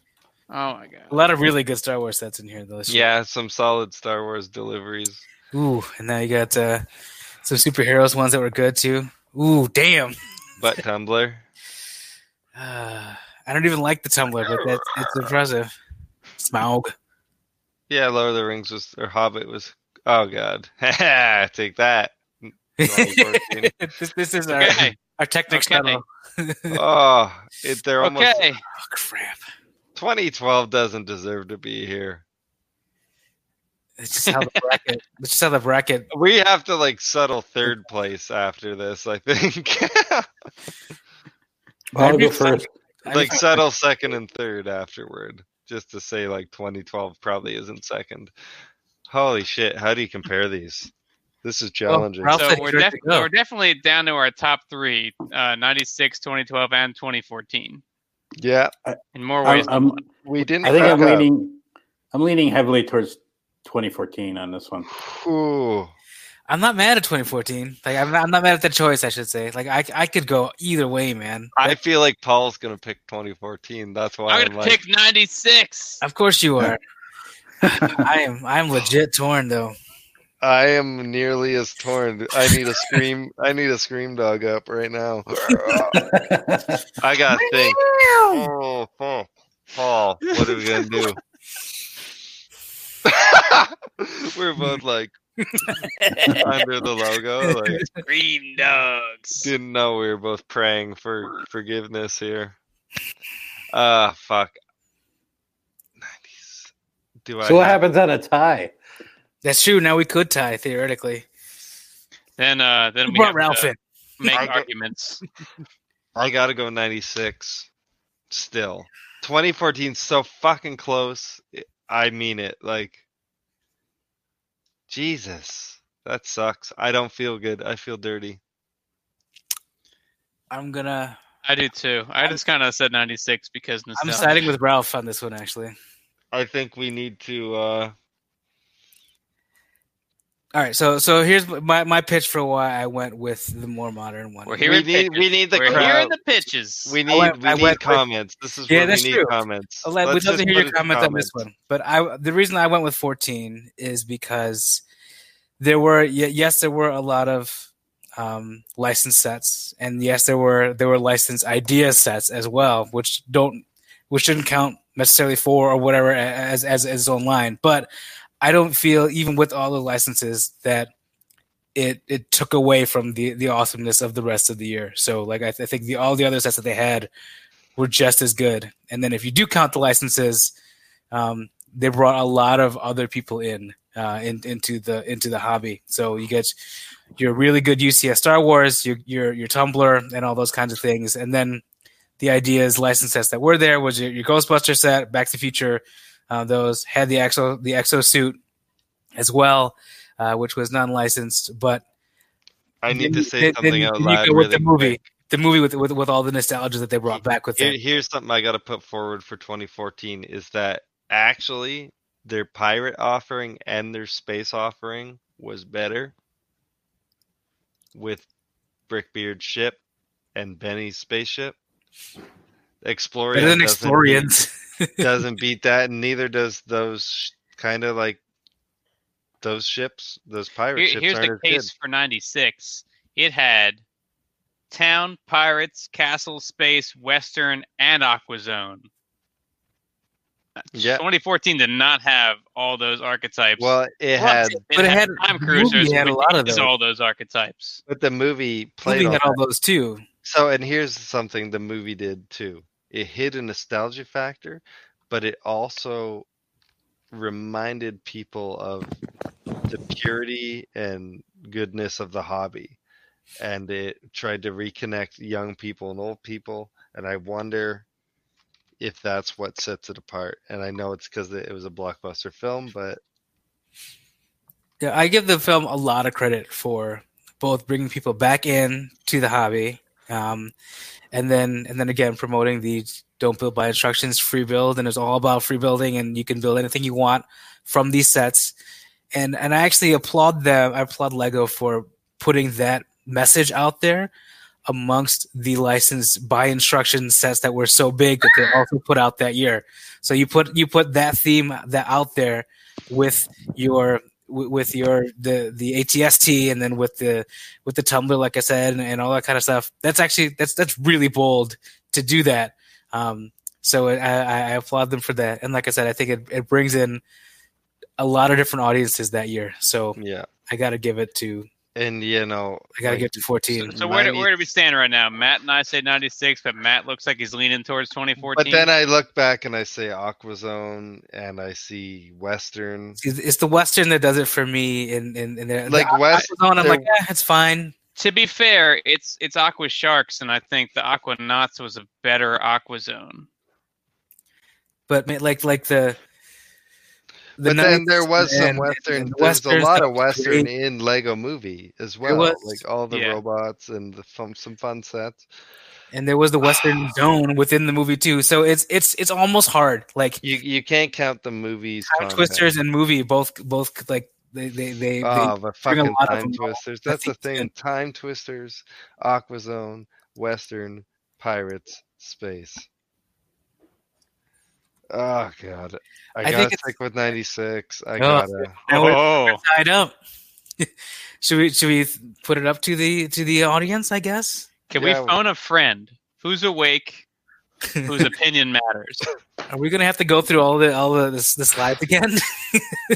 Oh my
A
god.
lot of really good Star Wars sets in here, though.
yeah, some solid Star Wars deliveries.
Ooh, and now you got uh, some superheroes ones that were good too. Ooh, damn.
But Tumblr.
Uh, I don't even like the Tumblr, but that's it's impressive. Smaug.
Yeah, Lord of the Rings was or Hobbit was oh god. Take that. 2014.
this, this is our,
Okay.
our technic
Okay.
shuttle.
oh, it, they're almost
Okay.
Oh, crap.
2012 doesn't deserve to be here.
It's just how the bracket. It's just how the bracket.
We have to like settle third place after this, I think.
I'll go
Every-
first.
I
like
mean,
settle second and third afterward, just to say like 2012 probably isn't second. Holy shit! How do you compare these? This is challenging.
Ralph- I'll
So
take
we're,
George
def-
to go.
we're definitely down to our top three uh, 96, 2012, and 2014
Yeah,
in more ways than
I'm, I'm,
one.
we didn't.
I think I'm
fuck up.
leaning. I'm leaning heavily towards 2014 on this one.
Ooh.
I'm not mad at 2014. Like I'm not, I'm not mad at the choice. I should say. Like I, I could go either way, man.
I feel like Paul's gonna pick 2014. That's why
I'm
I'm,
going to
like,
pick 96.
Of course you are. I am. I'm legit torn though.
I am nearly as torn. I need a scream. I need a scream dog up right now.
I gotta think. Oh, Paul, Paul, what are we gonna do? We're both like under the logo. Like
Green dogs.
didn't know we were both praying for forgiveness here. Ah, fuck. 90s. Do I?
so what happens on a tie?
That's true. Now we could tie theoretically.
Then, uh, then
We
we
brought
have
Ralph
to
in.
make
I got-
arguments.
I gotta go 96. Still, 2014 's so fucking close. I mean it. Like, Jesus, that sucks. I don't feel good. I feel dirty.
I'm gonna.
I do too. I just kind of said 96 because
I'm
nostalgia.
siding with Ralph on this one actually.
I think we need to. uh
All right, so so here's my, my pitch for why I went with the more modern one.
We're here
We
in
need-
pitches.
we need the
We're
crowd.
here in the pitches.
We need
went-
we
I
need
went with-
comments. This is
Yeah,
where we
that's
need
true.
comments.
I'll let- We'd
Let's
love to
just
hear
put
your
it to
comments on this one, but I the reason I went with 14 is because there were y- yes there were a lot of um, license sets, and yes there were there were license idea sets as well, which don't which didn't count necessarily for or whatever a- as as as online, but I don't feel even with all the licenses that it it took away from the the awesomeness of the rest of the year. So like I, th- I think the all the other sets that they had were just as good. And then if you do count the licenses, um, they brought a lot of other people in, uh, in into the into the hobby. So you get your really good UCS Star Wars, your your your Tumblr, and all those kinds of things. And then the ideas license sets that were there was your, your Ghostbuster set, Back to the Future. Uh, those had the exo the exosuit as well, uh, which was non licensed, but
I need to
then-
say
then-
something
then
out
you
loud.
go with
Really
the movie,
quick.
the movie with, with with all the nostalgia that they brought back with
Here,
it.
here's something I got to put forward for 2014 is that actually their pirate offering and their space offering was better with Brickbeard's ship and Benny's spaceship. Explorer
Better than Explorians.
doesn't beat that, and neither does those sh- kind of like those ships, those pirate
Here-
Here-
ships.
here's
aren't
the
as good.
case for 96 it had town pirates castle space western and aquazone
Yeah.
2014 did not have all those archetypes
Well, it
Well,
had,
but it had
time
the
cruisers
movie had a
which
lot of
is
those.
all those archetypes
but the movie played
movie
on
had all those too.
So, and here's something the movie did too. It hid a nostalgia factor, but it also reminded people of the purity and goodness of the hobby. And it tried to reconnect young people and old people. And I wonder if that's what sets it apart. And I know it's because it was a blockbuster film, but
Yeah, I give the film a lot of credit for both bringing people back in to the hobby, um, and then and then again promoting the "Don't build by instructions, free build," and it's all about free building, and you can build anything you want from these sets. And and I actually applaud them. I applaud Lego for putting that message out there amongst the licensed by instruction sets that were so big that they also put out that year. So you put you put that theme that out there with your wi- with your the the ATST and then with the with the Tumblr, like I said, and, and all that kind of stuff. That's actually that's that's really bold to do that. Um, so I, I I applaud them for that. And like I said, I think it, it brings in a lot of different audiences that year. So
yeah.
I got to give it to
And you know,
I got to
like,
give it to fourteen.
so where do, where do we stand right now matt and i say 96 but matt looks like he's leaning towards 2014
but then I look back and I say Aquazone and I see Western.
It's- It's the Western that does it for me. In in, in there.
Like
the,
West-
Aquazone, I'm like, yeah, it's fine.
to be fair it's it's aqua sharks and i think the aquanauts was a better aquazone
But ma- like like the. the
but then
Knights
there was some
and-
western.
and the
There's a
Westerns
lot
that
of
was
western
great.
in Lego Movie as well,
was.
like all the
Yeah.
robots and the fun, some fun sets.
and there was the Western Zone within the movie too. So it's it's it's almost hard. Like
You you can't count the movies.
Time
content.
Twisters and movie both both like they they they,
Oh, the
bring a
fucking
lot of
time
them all.
twisters. That's the
That's
thing.
good.
Time twisters, Aquazone, Western, Pirates, Space. Oh god, I,
think
gotta
it's-
stick with ninety six. I
Oh,
gotta.
they now we're
oh
tied up. should we should we put it up to the to the audience? I guess.
Can
Yeah,
we
we-
phone a friend who's awake, whose opinion matters?
Are we gonna have to go through all the all the the, the slides again?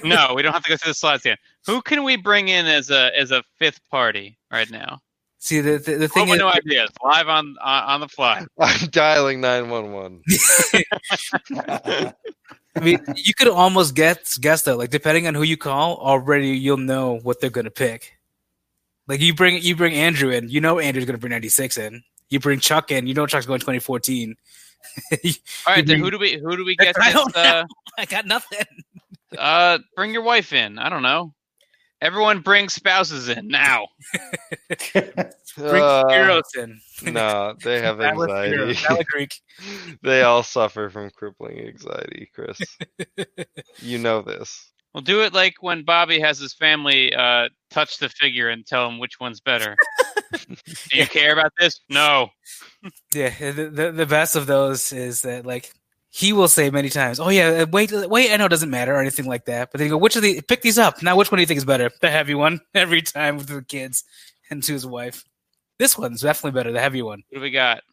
No, we don't have to go through the slides again. Who can we bring in as a as a fifth party right now?
See the the, the thing
Thing
is,
Oh, no ideas. Live on on, on the fly.
I'm dialing nine one one.
I mean, you could almost guess guess though. Like depending on who you call, already you'll know what they're gonna pick. Like you bring you bring Andrew in, you know Andrew's gonna bring ninety six in. You bring Chuck in, you know Chuck's going twenty fourteen.
All right, then who do we who do we get?
I
This,
don't
uh,
I got nothing.
uh, bring your wife in. I don't know. Everyone bring spouses in now.
Bring
Uh,
heroes in.
No, they have
Valid
anxiety.
heroes, valid Greek.
they all suffer from crippling anxiety, Chris. you know this.
We'll do it like when Bobby has his family uh, touch the figure and tell him which one's better. do you care about this? No.
Yeah, the, the the best of those is that like he will say many times, "Oh yeah, uh, wait, uh, wait, I know it doesn't matter or anything like that." But then you go, "Which of the pick these up now? Which one do you think is better?" The heavy one every time with the kids and to his wife. This one's definitely better, the heavy one.
What do we got?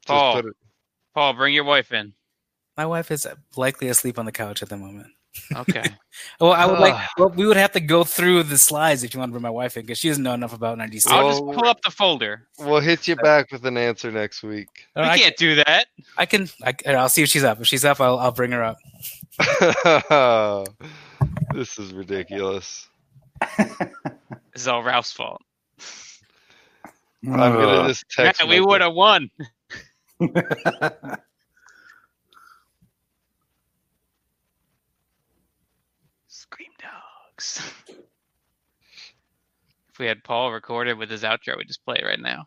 Just
Paul,
put it-
Paul, bring your wife in.
My wife is likely asleep on the couch at the moment.
Okay.
Well, I would like. Well, we would have to go through the slides if you want to bring my wife in because she doesn't know enough about '96.
I'll just pull up the folder.
We'll hit you back with an answer next week.
We
I,
can't do that.
I can. I, can- I'll see if she's up. If she's up, I'll, I'll bring her up.
this is ridiculous.
This is all Ralph's fault.
I'm gonna just
Yeah,
text.
we
Michael.
would have won. Scream dogs. If we had Paul recorded with his outro, we just play it right now.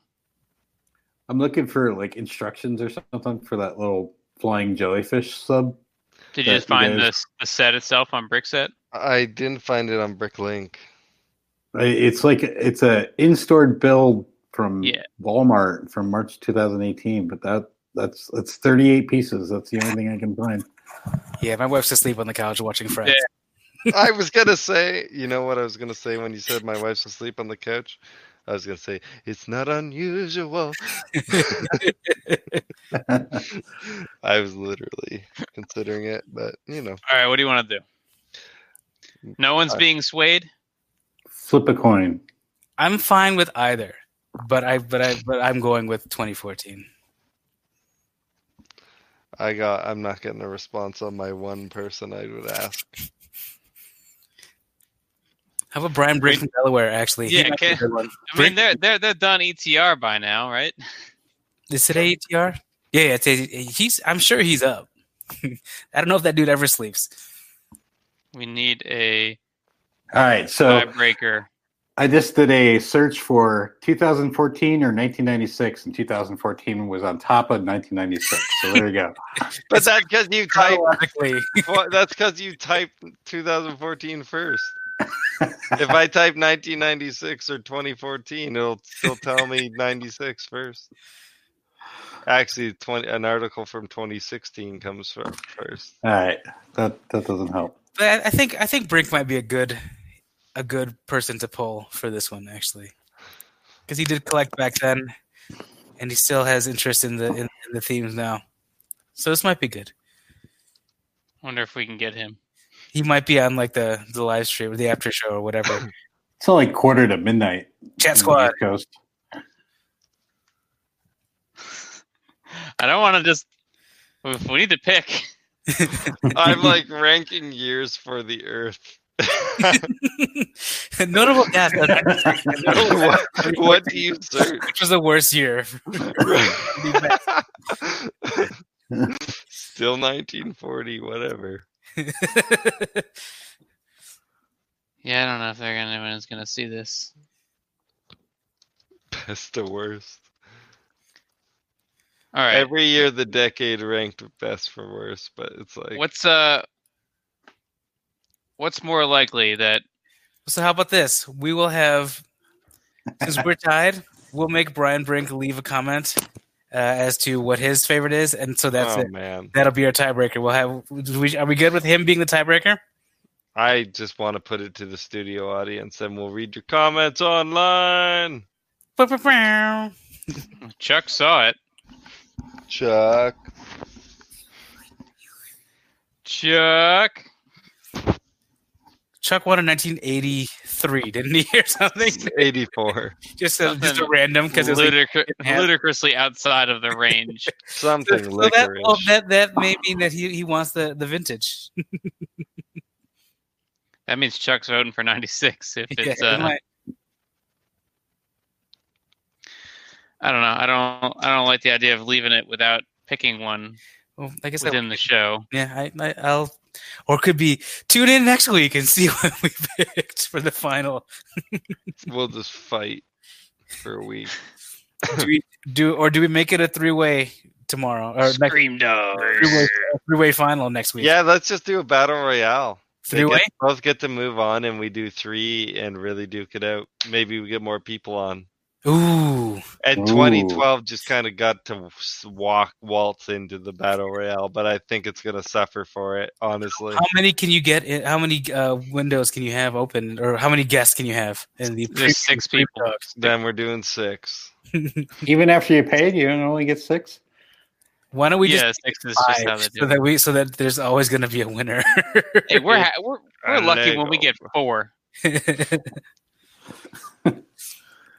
I'm looking for like instructions or something for that little flying jellyfish sub.
Did you
That
just find
is-
the, the set itself on Brickset?
I didn't find it on Bricklink.
I- It's like it's a in-store build from
Yeah.
Walmart from March 2018, but that that's that's 38 pieces. That's the only thing I can find.
Yeah, my wife's asleep on the couch watching Friends.
I was gonna say, you know what I was gonna say when you said my wife's asleep on the couch. I was gonna say it's not unusual. I was literally considering it, but you know,
All right, what do you want to do? No one's
Uh,
being swayed.
Flip a coin.
I'm fine with either, but I but I but I'm going with 2014.
I got. I'm not getting a response on my one person I would ask.
How about Brian Briggs from Delaware? Actually, He
Yeah,
might be
okay.
a good one.
I mean, they're they're they're done ETR by now, right?
Is it ATR? Yeah, yeah, it's ATR. he's. I'm sure he's up. I don't know if that dude ever sleeps.
We need a
All right,
Oh.
so
tiebreaker.
I just did a search for 2014 or 1996, and 2014 was on top of 1996. So there you go.
But that's because you typed.
Chronologically,
well, that's because you typed 2014 first. if I type 1996 or 2014, it'll still tell me 96 first. Actually, 20, an article from 2016 comes from first.
All right, that that doesn't help.
but I- I think I think Brink might be a good a good person to pull for this one actually, because he did collect back then, and he still has interest in the in, in the themes now. So this might be good.
Wonder if we can get him.
He might be on like the the live stream or the after show or whatever.
It's only quarter to midnight.
Chat
on the
squad.
East Coast.
I don't want to just. We we need to pick.
I'm like ranking years for the Earth.
Notable guest.
what, what do you search?
Which was the worst year?
Still 1940, whatever.
Yeah, I don't know if they're gonna, anyone's gonna see this.
Best to worst.
All right,
Every year, the decade ranked best for worst, but it's like
what's uh, what's more likely that
So how about this? We will have since we're tied, we'll make Brian Brink leave a comment uh, as to what his favorite is, and so that's
oh
it.
man,
That'll be our tiebreaker. We'll have. do we- Are we good with him being the tiebreaker?
I just want to put it to the studio audience, and we'll read your comments online.
Ba-ba-bow.
Chuck saw it?
Chuck,
Chuck,
Chuck won in 1983, didn't he, or something?
84,
Just a, just a
Something
random because it's like,
Ludic-
Yeah.
ludicrously outside of the range.
so
something
that,
licorice.
well, that that may mean that he, he wants the, the vintage.
that means Chuck's voting for '96. If
Yeah,
it's
uh-huh.
he
uh,
might-
I don't know. I don't. I don't like the idea of leaving it without picking one
well, I guess I,
within the show.
yeah, I, I, I'll or could be tune in next week and see what we picked for the final.
we'll just fight for a week.
do we do or do we make it a three way tomorrow or next
Scream dogs.
three-way, three-way final next week?
Yeah, let's just do a battle royale. They
three-way.
get- both get to move on, and we do three and really duke it out. Maybe we get more people on.
Ooh,
And
Ooh.
2012 just kind of got to s- walk waltz into the battle royale, but I think it's gonna suffer for it, honestly.
how many can you get? In, how many uh, windows can you have open, or how many guests can you have in the?
There's six people.
Then we're doing six.
Even after you paid, you only get six.
Why don't we
yeah,
just
six is
buy
just how they do
so
it.
that we so that there's always going to be a winner?
Hey, we're ha- we're, we're
And
lucky
there
when we
you
get four.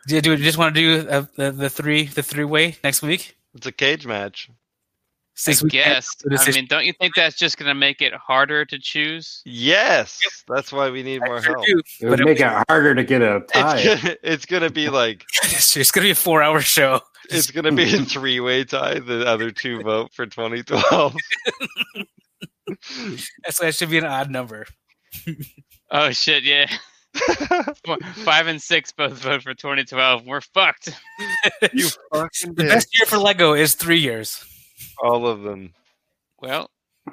yeah, do you just want to do uh, the, the three the three way next week?
It's a cage match.
I
Since we can't-
guess.
the
I
decision-
mean, don't you think that's just going to make it harder to choose?
Yes, that's why we need more
I sure
help.
do.
It would
But it
make it harder to get a tie.
It's gonna, it's gonna be like
It's, gonna be a four hour show.
it's gonna be a three way tie. The other two vote for 2012.
That's why it should be an odd number.
Oh shit! Yeah, F- five and six both vote for 2012. We're fucked.
you fucking
The best year for Lego is three years.
all of them.
Well,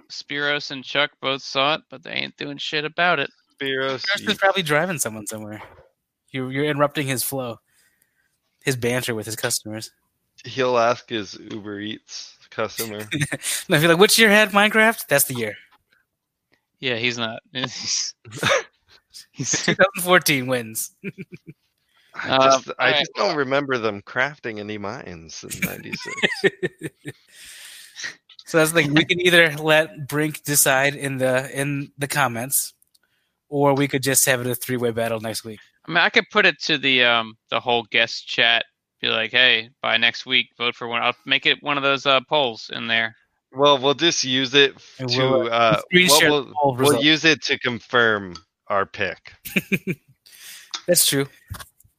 Spiros and Chuck both saw it, but they ain't doing shit about it.
Spiros,
Kirsten's
you-
probably driving someone somewhere. You, you're interrupting his flow, his banter with his customers.
he'll ask his Uber Eats customer.
And if you're like, which year had Minecraft? That's the year.
Yeah, he's not. He's, he's
2014 wins.
I
Uh,
just, Um, I
alright.
just don't remember them crafting any mines in '96.
So that's like we can either let Brink decide in the in the comments, or we could just have it a three way battle next week.
I mean, I could put it to the um the whole guest chat. Be like, hey, by next week, vote for one. I'll make it one of those uh, polls in there.
well, we'll just use it
And
to.
we'll,
uh,
screen
well,
share the
we'll,
poll
we'll
result.
use it to confirm our pick.
That's true.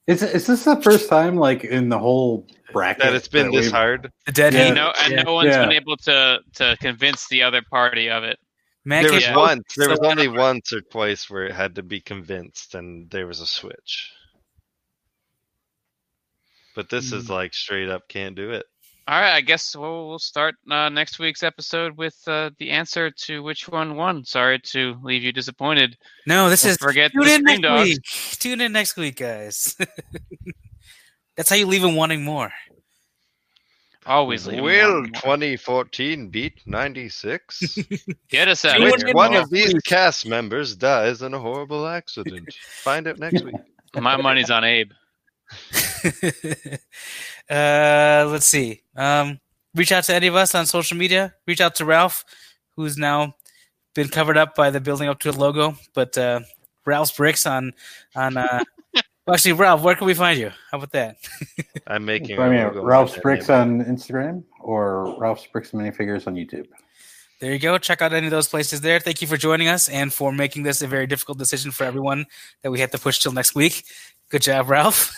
Is, is this the first time, like in the whole bracket,
That it's been this
we've-
hard.
The dead
Yeah.
You
heat.
know, and
Yeah.
no one's
Yeah.
been able to to convince the other party of it.
Man
There
cave
was
yeah.
once. There was
So-
only once or twice where it had to be convinced, and there was a switch. But this
Mm.
is like straight up can't do it.
All right, I guess we'll, we'll start uh, next week's episode with uh, the answer to which one won. Sorry to leave you disappointed.
No, this
Don't
is
forget
tune
the
in
Screen
next
Dogs.
week. Tune in next week, guys. That's how you leave him wanting more.
Always leave. 'em
Will
wanting more.
2014 beat 96?
get us out?
Anyone
of
Which
here.
did
one
that?
of these cast members dies in a horrible accident? Find out next week.
My money's on Abe.
uh, let's see. Um, reach out to any of us on social media. Reach out to Ralph, who's now been covered up by the building up to a logo. But uh, Ralph's bricks on on. Uh, well, actually, Ralph, where can we find you? How about that?
I'm making.
I
a
mean,
logo with
Ralph's
that
Bricks
name.
on Instagram or Ralph's Bricks Minifigures on YouTube.
There you go. Check out any of those places there. Thank you for joining us and for making this a very difficult decision for everyone that we had to push till next week. Good job, Ralph.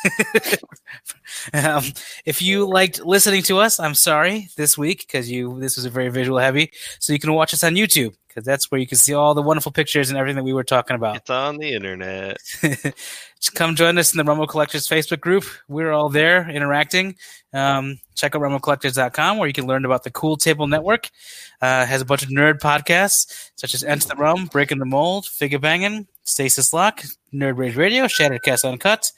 um, if you liked listening to us, I'm sorry this week because you this was a very visual heavy. So you can watch us on YouTube because that's where you can see all the wonderful pictures and everything that we were talking about.
It's on the internet.
Just come join us in the Rumble Collectors Facebook group. We're all there interacting. Um, check out rumblecollectors.com where you can learn about the Cool Table Network. Uh, has a bunch of nerd podcasts such as Enter the Rum, Breaking the Mold, Figure Bangin', Stasis Lock, Nerd Rage Radio, Shattercast Uncut,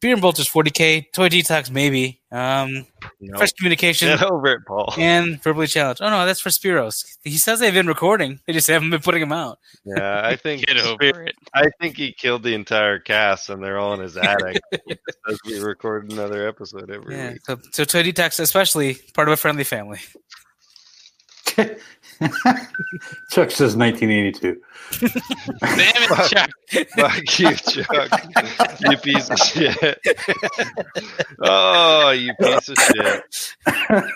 Beer and Bolters 40K, Toy Detox maybe, um,
No.
Fresh Communication,
Get over it, Paul.
and Verbally Challenged. Oh no, that's for Spiros. He says they've been recording. They just haven't been putting them out.
Yeah, I think
Get over it.
I think he killed the entire cast, and they're all in his attic as we record another episode every
Yeah.
week.
So, so Toy Detox, especially part of a friendly family.
Chuck says
Damn
1982.
it, Chuck.
Fuck you, Chuck. you piece of shit. oh, you piece of shit.